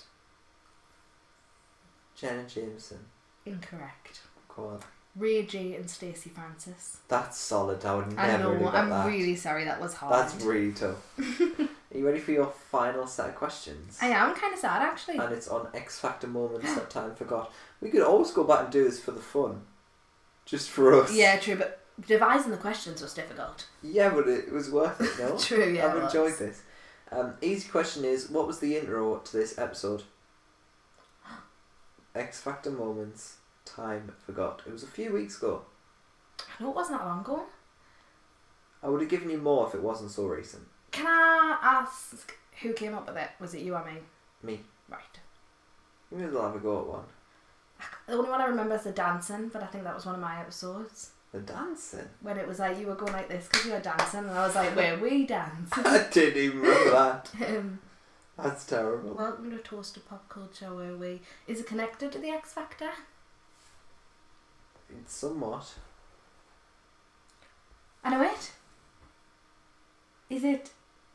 S1: Jenna Jameson.
S2: Incorrect.
S1: Come on.
S2: Ray J and Stacey Francis.
S1: That's solid. I would
S2: I
S1: never
S2: know.
S1: have got
S2: I'm
S1: that.
S2: really sorry. That was hard.
S1: That's really tough. Are you ready for your final set of questions?
S2: I am kind of sad actually.
S1: And it's on X Factor moments that time forgot. We could always go back and do this for the fun, just for us.
S2: Yeah, true. But devising the questions was difficult.
S1: Yeah, but it was worth it, no?
S2: True, yeah,
S1: I've
S2: it
S1: enjoyed
S2: was.
S1: this. Um, easy question is what was the intro to this episode? X Factor Moments, Time Forgot. It was a few weeks ago.
S2: I know it wasn't that long ago.
S1: I would have given you more if it wasn't so recent.
S2: Can I ask who came up with it? Was it you or me?
S1: Me.
S2: Right.
S1: Maybe I'll have a go at one.
S2: The only one I remember is the dancing, but I think that was one of my episodes
S1: The dancing.
S2: when it was like you were going like this because you were dancing, and I was like, "Where we dance."
S1: I didn't even remember that.
S2: um,
S1: That's terrible.
S2: welcome to Toaster Pop Culture, where we is it connected to the X Factor?
S1: It's somewhat.
S2: I know it. Is it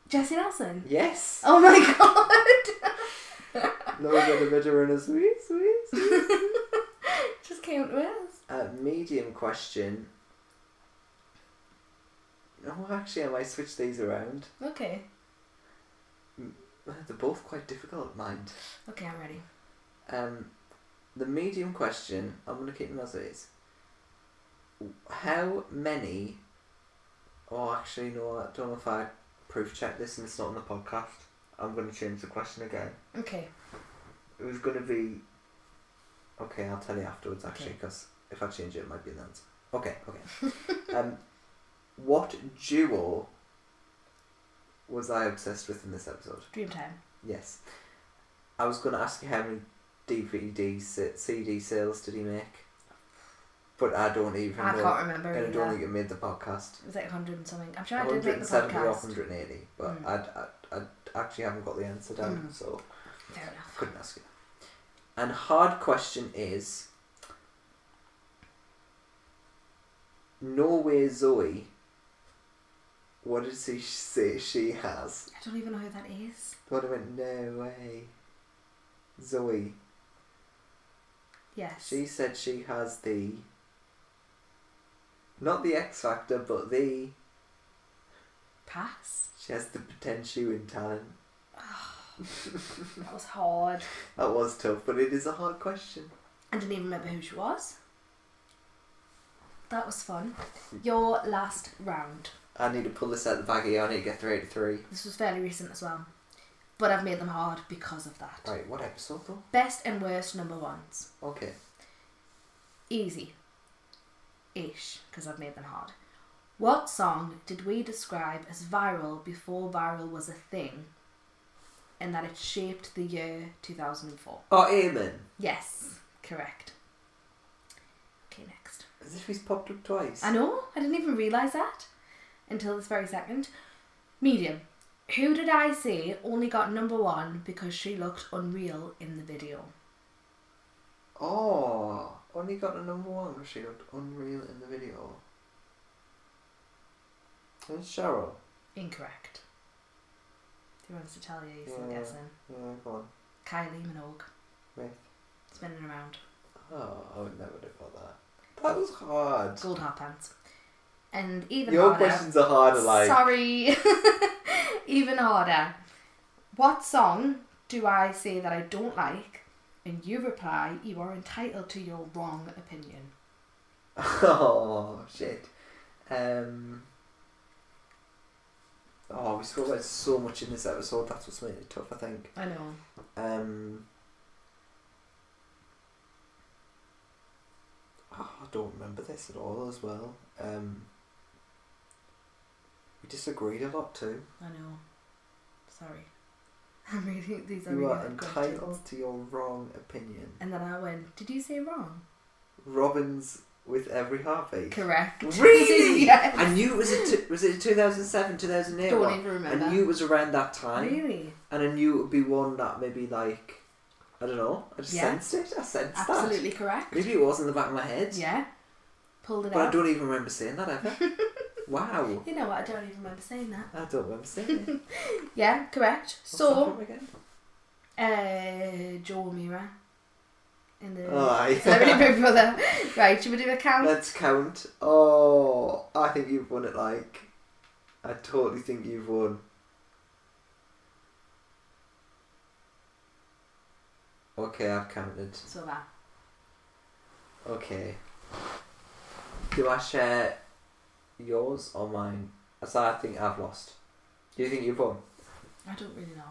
S2: Jesse Nelson?
S1: Yes!
S2: Oh my god!
S1: No good bitter in a sweet, sweet, sweet.
S2: Just came to us.
S1: Uh, medium question. Oh, actually, I might switch these around.
S2: Okay.
S1: They're both quite difficult, mind.
S2: Okay, I'm ready.
S1: Um, the medium question, I'm going to keep them as it is. How many. Oh, actually, no, I don't know if I proof checked this and it's not on the podcast. I'm going to change the question again.
S2: Okay.
S1: It was going to be. Okay, I'll tell you afterwards, actually,
S2: Okay.
S1: because if I change it, it might be an answer. Okay, okay. um, what duo was I obsessed with in this episode?
S2: Dreamtime.
S1: Yes. I was going to ask you how many DVD sa- CD sales did he make? But I don't even
S2: I
S1: know.
S2: can't remember.
S1: and I don't
S2: Either.
S1: think it made the podcast.
S2: Was it 100 and something? I'm sure I did make the
S1: 170 or
S2: podcast.
S1: 180, but
S2: Mm.
S1: I, I, I actually haven't got the answer down,
S2: Mm.
S1: so
S2: Fair enough.
S1: couldn't ask you. And hard question is Norway Zoe, what does she say she has?
S2: I don't even know who that is.
S1: But I went, no way. Zoe.
S2: Yes.
S1: She said she has the. Not the X Factor, but the.
S2: Pass.
S1: She has the potential and talent.
S2: That was hard.
S1: That was tough, but it is a hard question.
S2: I didn't even remember who she was. That was fun. Your last round.
S1: I need to pull this out the bag here. I need to get three out of three.
S2: This was fairly recent as well. But I've made them hard because of that.
S1: Right, what episode though?
S2: Best and worst number ones.
S1: Okay.
S2: Easy. Ish, because I've made them hard. What song did we describe as viral before viral was a thing and that it shaped the year 2004?
S1: Oh, Eamon.
S2: Yes, correct. Okay, next.
S1: As if he's popped up twice.
S2: I know, I didn't even realise that until this very second. Medium. Who did I say only got number one because she looked unreal in the video?
S1: Oh, only got a number one because she looked unreal in the video. And Cheryl.
S2: Incorrect. Who wants to tell you? You're still
S1: Yeah.
S2: guessing.
S1: Yeah, go on.
S2: Kylie Minogue.
S1: Right.
S2: Spinning around.
S1: Oh, I would never have got that. That was hard.
S2: Gold hard pants. And even
S1: Your
S2: harder.
S1: questions are harder, like.
S2: Sorry. even harder. What song do I say that I don't like? And you reply, you are entitled to your wrong opinion.
S1: Oh, shit. Um. Oh, we spoke about so much in this episode. That's what's made it tough, I think.
S2: I know.
S1: Um, oh, I don't remember this at all as well. Um, we disagreed a lot too.
S2: I know. Sorry. I'm really, these are
S1: you
S2: really
S1: are
S2: hard
S1: entitled
S2: questions.
S1: to your wrong opinion.
S2: And then I went, did you say wrong?
S1: Robbins with every heartbeat.
S2: Correct.
S1: Really?
S2: yes.
S1: I knew it was a t- was it two thousand seven, two thousand eight.
S2: Don't even remember.
S1: I knew it was around that time,
S2: Really?
S1: and I knew it would be one that maybe like I don't know. I just
S2: Yeah.
S1: sensed it. I sensed
S2: Absolutely
S1: that.
S2: correct.
S1: Maybe it was in the back of my head.
S2: Yeah. Pulled it
S1: But I
S2: out.
S1: don't even remember saying that ever. wow.
S2: You know what? I don't even remember saying that.
S1: I don't remember saying it. What's
S2: Yeah, correct.
S1: that
S2: So,
S1: from again?
S2: uh, Joel Mira in the
S1: Oh, yeah.
S2: Celebrity Big Brother. Right, should we do a count?
S1: Let's count. Oh, I think you've won it like. I totally think you've won. Okay, I've counted.
S2: so that.
S1: Okay. Do I share yours or mine? As I think I've lost. Do you think you've won?
S2: I don't really know.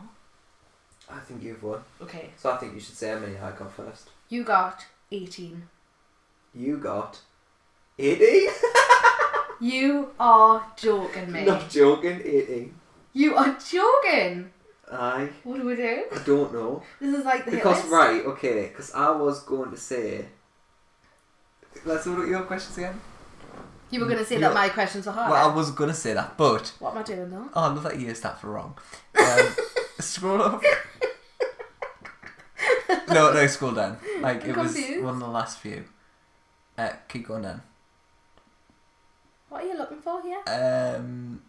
S1: I think you've won.
S2: Okay.
S1: So I think you should say how many I got first.
S2: You got 18.
S1: You got 80?
S2: You are joking me.
S1: Not joking, 80.
S2: You are joking.
S1: I,
S2: What do we do?
S1: I don't know.
S2: This is like the hit
S1: Because,
S2: list.
S1: right, okay, because I was going to say. Let's look at your questions again.
S2: You were going to say
S4: Yeah.
S2: that my questions were hard.
S4: Well, I was going to say that, but.
S2: what am I doing though?
S4: Oh, I love that you used that for wrong. Um, scroll up. No, no, scroll down. Like,
S2: I'm
S4: it was
S2: confused.
S4: one of the last few. Uh, keep going down.
S2: What are you looking for here?
S4: Um,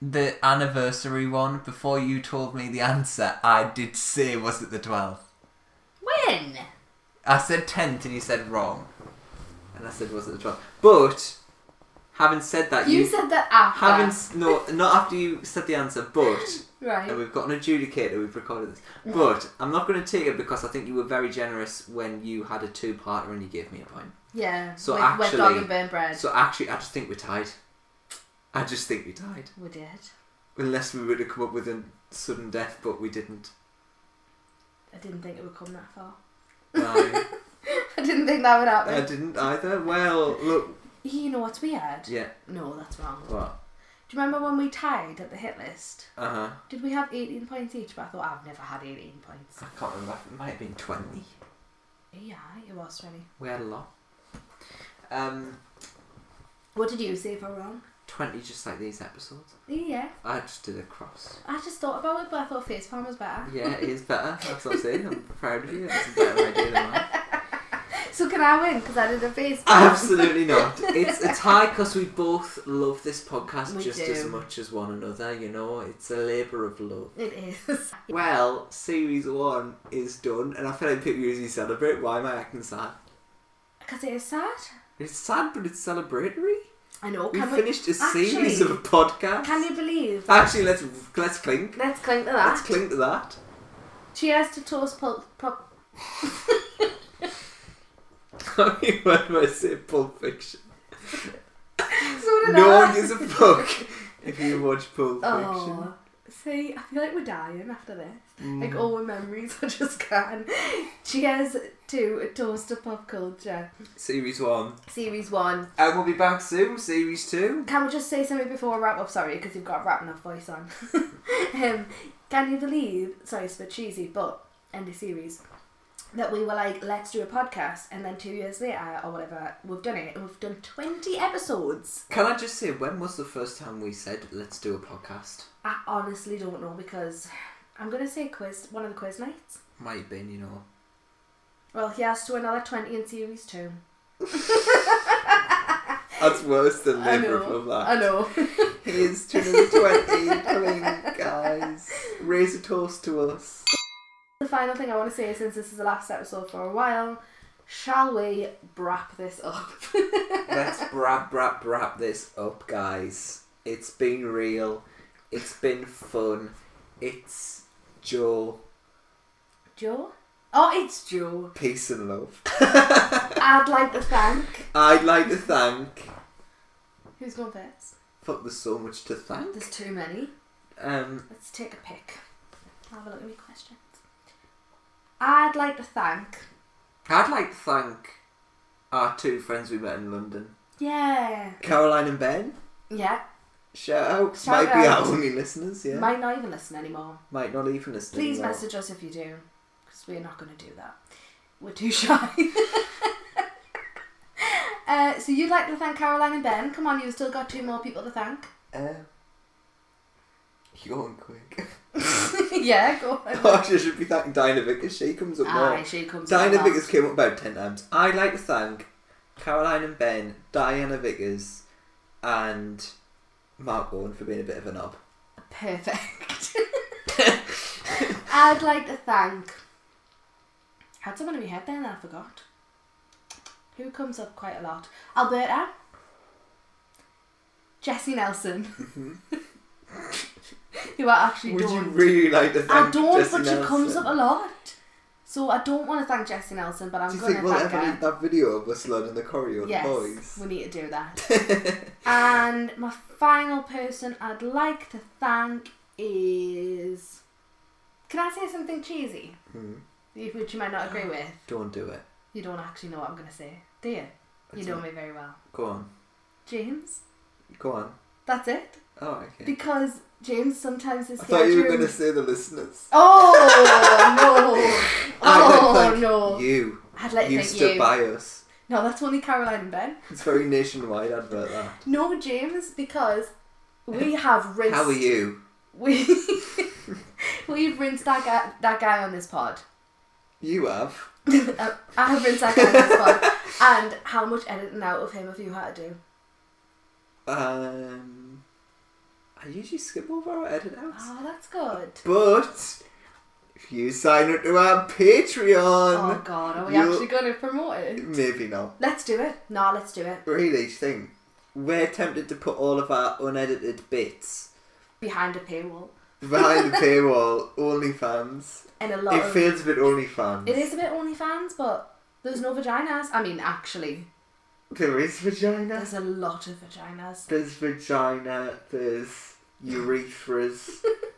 S4: the anniversary one, before you told me the answer, I did say, was it the 12th?
S2: When?
S4: I said 10th and you said wrong.
S1: And I said, was it the 12? But, having said that,
S2: You,
S1: you.
S2: said that after.
S1: Having s no, not after you said the answer, but and
S2: Right.
S1: we've got an adjudicator. We've recorded this, but I'm not going to take it because I think you were very generous when you had a two-parter and you gave me a point.
S2: Yeah.
S1: So
S2: with wet dog
S1: actually-
S2: and burnt bread.
S1: So actually, I just think we're tied. I just think we tied.
S2: we did.
S1: Unless we were to come up with a sudden death, but we didn't.
S2: I didn't think it would come that far.
S1: I,
S2: I didn't think that would
S1: I
S2: happen.
S1: didn't either. Well, look.
S2: you know what's weird?
S1: Yeah.
S2: No, that's wrong.
S1: What?
S2: Do you remember when we tied at the hit list?
S1: Uh huh.
S2: Did we have 18 points each? But I thought I've never had 18 points.
S5: I can't remember. It might have been 20.
S2: Yeah, it was 20.
S5: We had a lot.
S1: Um,
S2: What did you say if I were wrong?
S5: 20 just like these episodes.
S2: Yeah,
S1: I just did a cross.
S2: I just thought about it, but I thought face palm was better.
S1: Yeah, it is better. That's what I'm saying. I'm proud of you. That's a better idea than mine.
S2: So can I win? Because I did a face palm.
S1: Absolutely not. It's a tie because we both love this podcast
S2: We
S1: just
S2: do.
S1: as much as one another. You know, it's a labour of love.
S2: It is.
S1: Well, series one is done, and I feel like people usually celebrate. Why am I acting sad?
S2: Because it is sad.
S1: It's sad, but it's celebratory.
S2: I know.
S1: We
S2: Can we,
S1: finished a series
S2: actually-
S1: of podcasts.
S2: Can you believe?
S1: Actually, let's let's clink.
S2: Let's cling to that.
S1: Let's clink to that.
S2: Cheers to toast pulp. pulp.
S1: I mean, when I say Pulp Fiction,
S2: So did
S1: no
S2: I.
S1: one gives a fuck if you watch Pulp Fiction.
S2: Oh, see, I feel like we're dying after this.
S1: Mm.
S2: Like oh. all my memories are just gone. Cheers to a toast to pop culture,
S1: Series one,
S2: series one.
S1: and we'll be back soon. Series two.
S2: Can we just say something before we wrap up? Sorry, because you've got a wrapping up voice on. um, can you believe? Sorry, it's a bit cheesy, but end of series. That we were like, let's do a podcast, and then two years later or whatever, we've done it, and we've done twenty episodes.
S1: Can I just say when was the first time we said let's do a podcast?
S2: I honestly don't know because I'm gonna say quiz one of the quiz nights.
S1: Might have been, you know.
S2: Well, he has to another twenty in series two.
S1: That's worse than
S2: I
S1: Labour
S2: know.
S1: of Love.
S2: I know.
S1: Here's to another 20 coming, guys. Raise a toast to us.
S2: the final thing I want to say, since this is the last episode for a while, shall we wrap this up?
S1: Let's brap, brap, brap this up, guys. It's been real. It's been fun. It's Joe.
S2: Joe. Oh, it's Joe.
S1: Peace and love.
S2: I'd like to thank.
S1: I'd like to thank.
S2: Who's going first?
S1: Fuck, there's so much to thank.
S2: There's too many.
S1: Um,
S2: Let's take a pick. I'll have a look at my questions. I'd like to thank.
S1: I'd like to thank our two friends we met in London
S2: Yeah.
S1: Caroline and Ben.
S2: Yeah.
S1: Shout out.
S2: Shout
S1: Might be our
S2: out.
S1: only listeners, yeah.
S2: Might not even listen anymore.
S1: Might not even listen.
S2: Please
S1: anymore.
S2: message us if you do, because we're not going to do that. We're too shy. uh, so you'd like to thank Caroline and Ben. Come on, you've still got two more people to thank.
S1: Um, you're going quick.
S2: yeah, go on.
S1: Actually, I should be thanking Dinah Vickers. She comes up
S2: Aye,
S1: more.
S2: she comes
S1: Diana
S2: along.
S1: Vickers came up about 10 times. I'd like to thank Caroline and Ben, Diana Vickers, and Mark Owen for being a bit of a knob.
S2: Perfect. I'd like to thank. I had someone in my head then I forgot. Who comes up quite a lot? Alberta. Jessie Nelson. who I actually
S1: Would you
S2: don't.
S1: really like to thank
S2: I don't,
S1: Jessie
S2: but she comes up
S1: Nelson?
S2: a lot. So I don't want to thank Jessie Nelson, but I'm
S1: Do you
S2: going
S1: think
S2: to
S1: we'll
S2: thank
S1: ever
S2: her.
S1: need that video of us learning the choreo,
S2: Yes,
S1: the boys?
S2: we need to do that. and my final person I'd like to thank is. Can I say something cheesy?
S1: Hmm. Oh.
S2: You- Which you might not agree with.
S1: Don't do it.
S2: You don't actually know what I'm going to say, do you? You
S1: That's
S2: know
S1: it.
S2: me very well.
S1: Go on.
S2: James,
S1: Go on.
S2: that's it.
S1: Oh, okay.
S2: Because James sometimes is
S1: I thought you were
S2: theatre-
S1: going to say the listeners.
S2: Oh, no.
S1: I'd like to
S2: Oh,
S1: thank
S2: no.
S1: You.
S2: I'd like to
S1: You
S2: thank
S1: stood
S2: you.
S1: by us.
S2: No, that's only Caroline and Ben.
S1: It's very nationwide advert that.
S2: No, James, because we have rinsed.
S1: How are you?
S2: We we've rinsed that guy, that guy on this pod.
S1: You have.
S2: Uh, I have rinsed that guy on this pod. And how much editing out of him have you had to do?
S1: Um, I usually skip over our edit outs.
S2: Oh, that's good.
S1: But if you sign up to our
S2: Oh
S1: Patreon,
S2: God, are we
S1: you-
S2: actually going to promote it?
S1: maybe not.
S2: Let's do it. Nah, let's do it
S1: Really, think we're tempted to put all of our unedited bits
S2: behind a paywall
S1: behind the paywall. OnlyFans.
S2: and a lot.
S1: It
S2: Of,
S1: feels a bit OnlyFans.
S2: it is a bit OnlyFans, but there's no vaginas. I mean, actually,
S1: There is vagina.
S2: there's a lot of vaginas.
S1: There's vagina. There's urethras.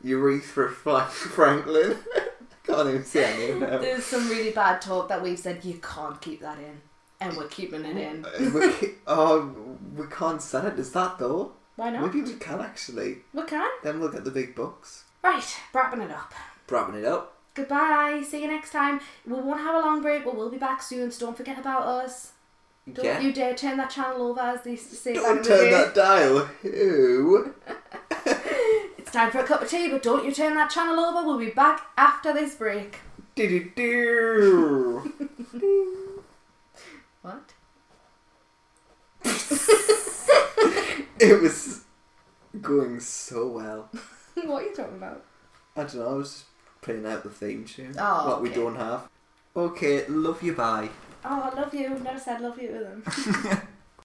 S1: Urethra Fra- Franklin. Can't even see her name now.
S2: There's some really bad talk that we've said you can't keep that in, and we're keeping it in.
S1: we, ca- oh, we can't sell it. Is that though?
S2: Why not?
S1: Maybe we can actually.
S2: We can.
S1: Then we'll get the big books.
S2: Right, wrapping it up.
S1: Wrapping it up.
S2: Goodbye. See you next time. We won't have a long break, but we'll be back soon. So don't forget about us. Don't
S1: yeah.
S2: you dare turn that channel over, as they used to say. back in
S1: Don't
S2: the
S1: turn
S2: day.
S1: that dial. Ew.
S2: It's time for a cup of tea, but don't you turn that channel over. We'll be back after this break.
S1: Do-do-do.
S2: What?
S1: It was going so well.
S2: what are you talking about?
S1: I don't know, I was just playing out the theme tune.
S2: Oh,
S1: what we
S2: okay.
S1: don't have. Okay, love you, bye.
S2: Oh, I love you. Never said love you to them.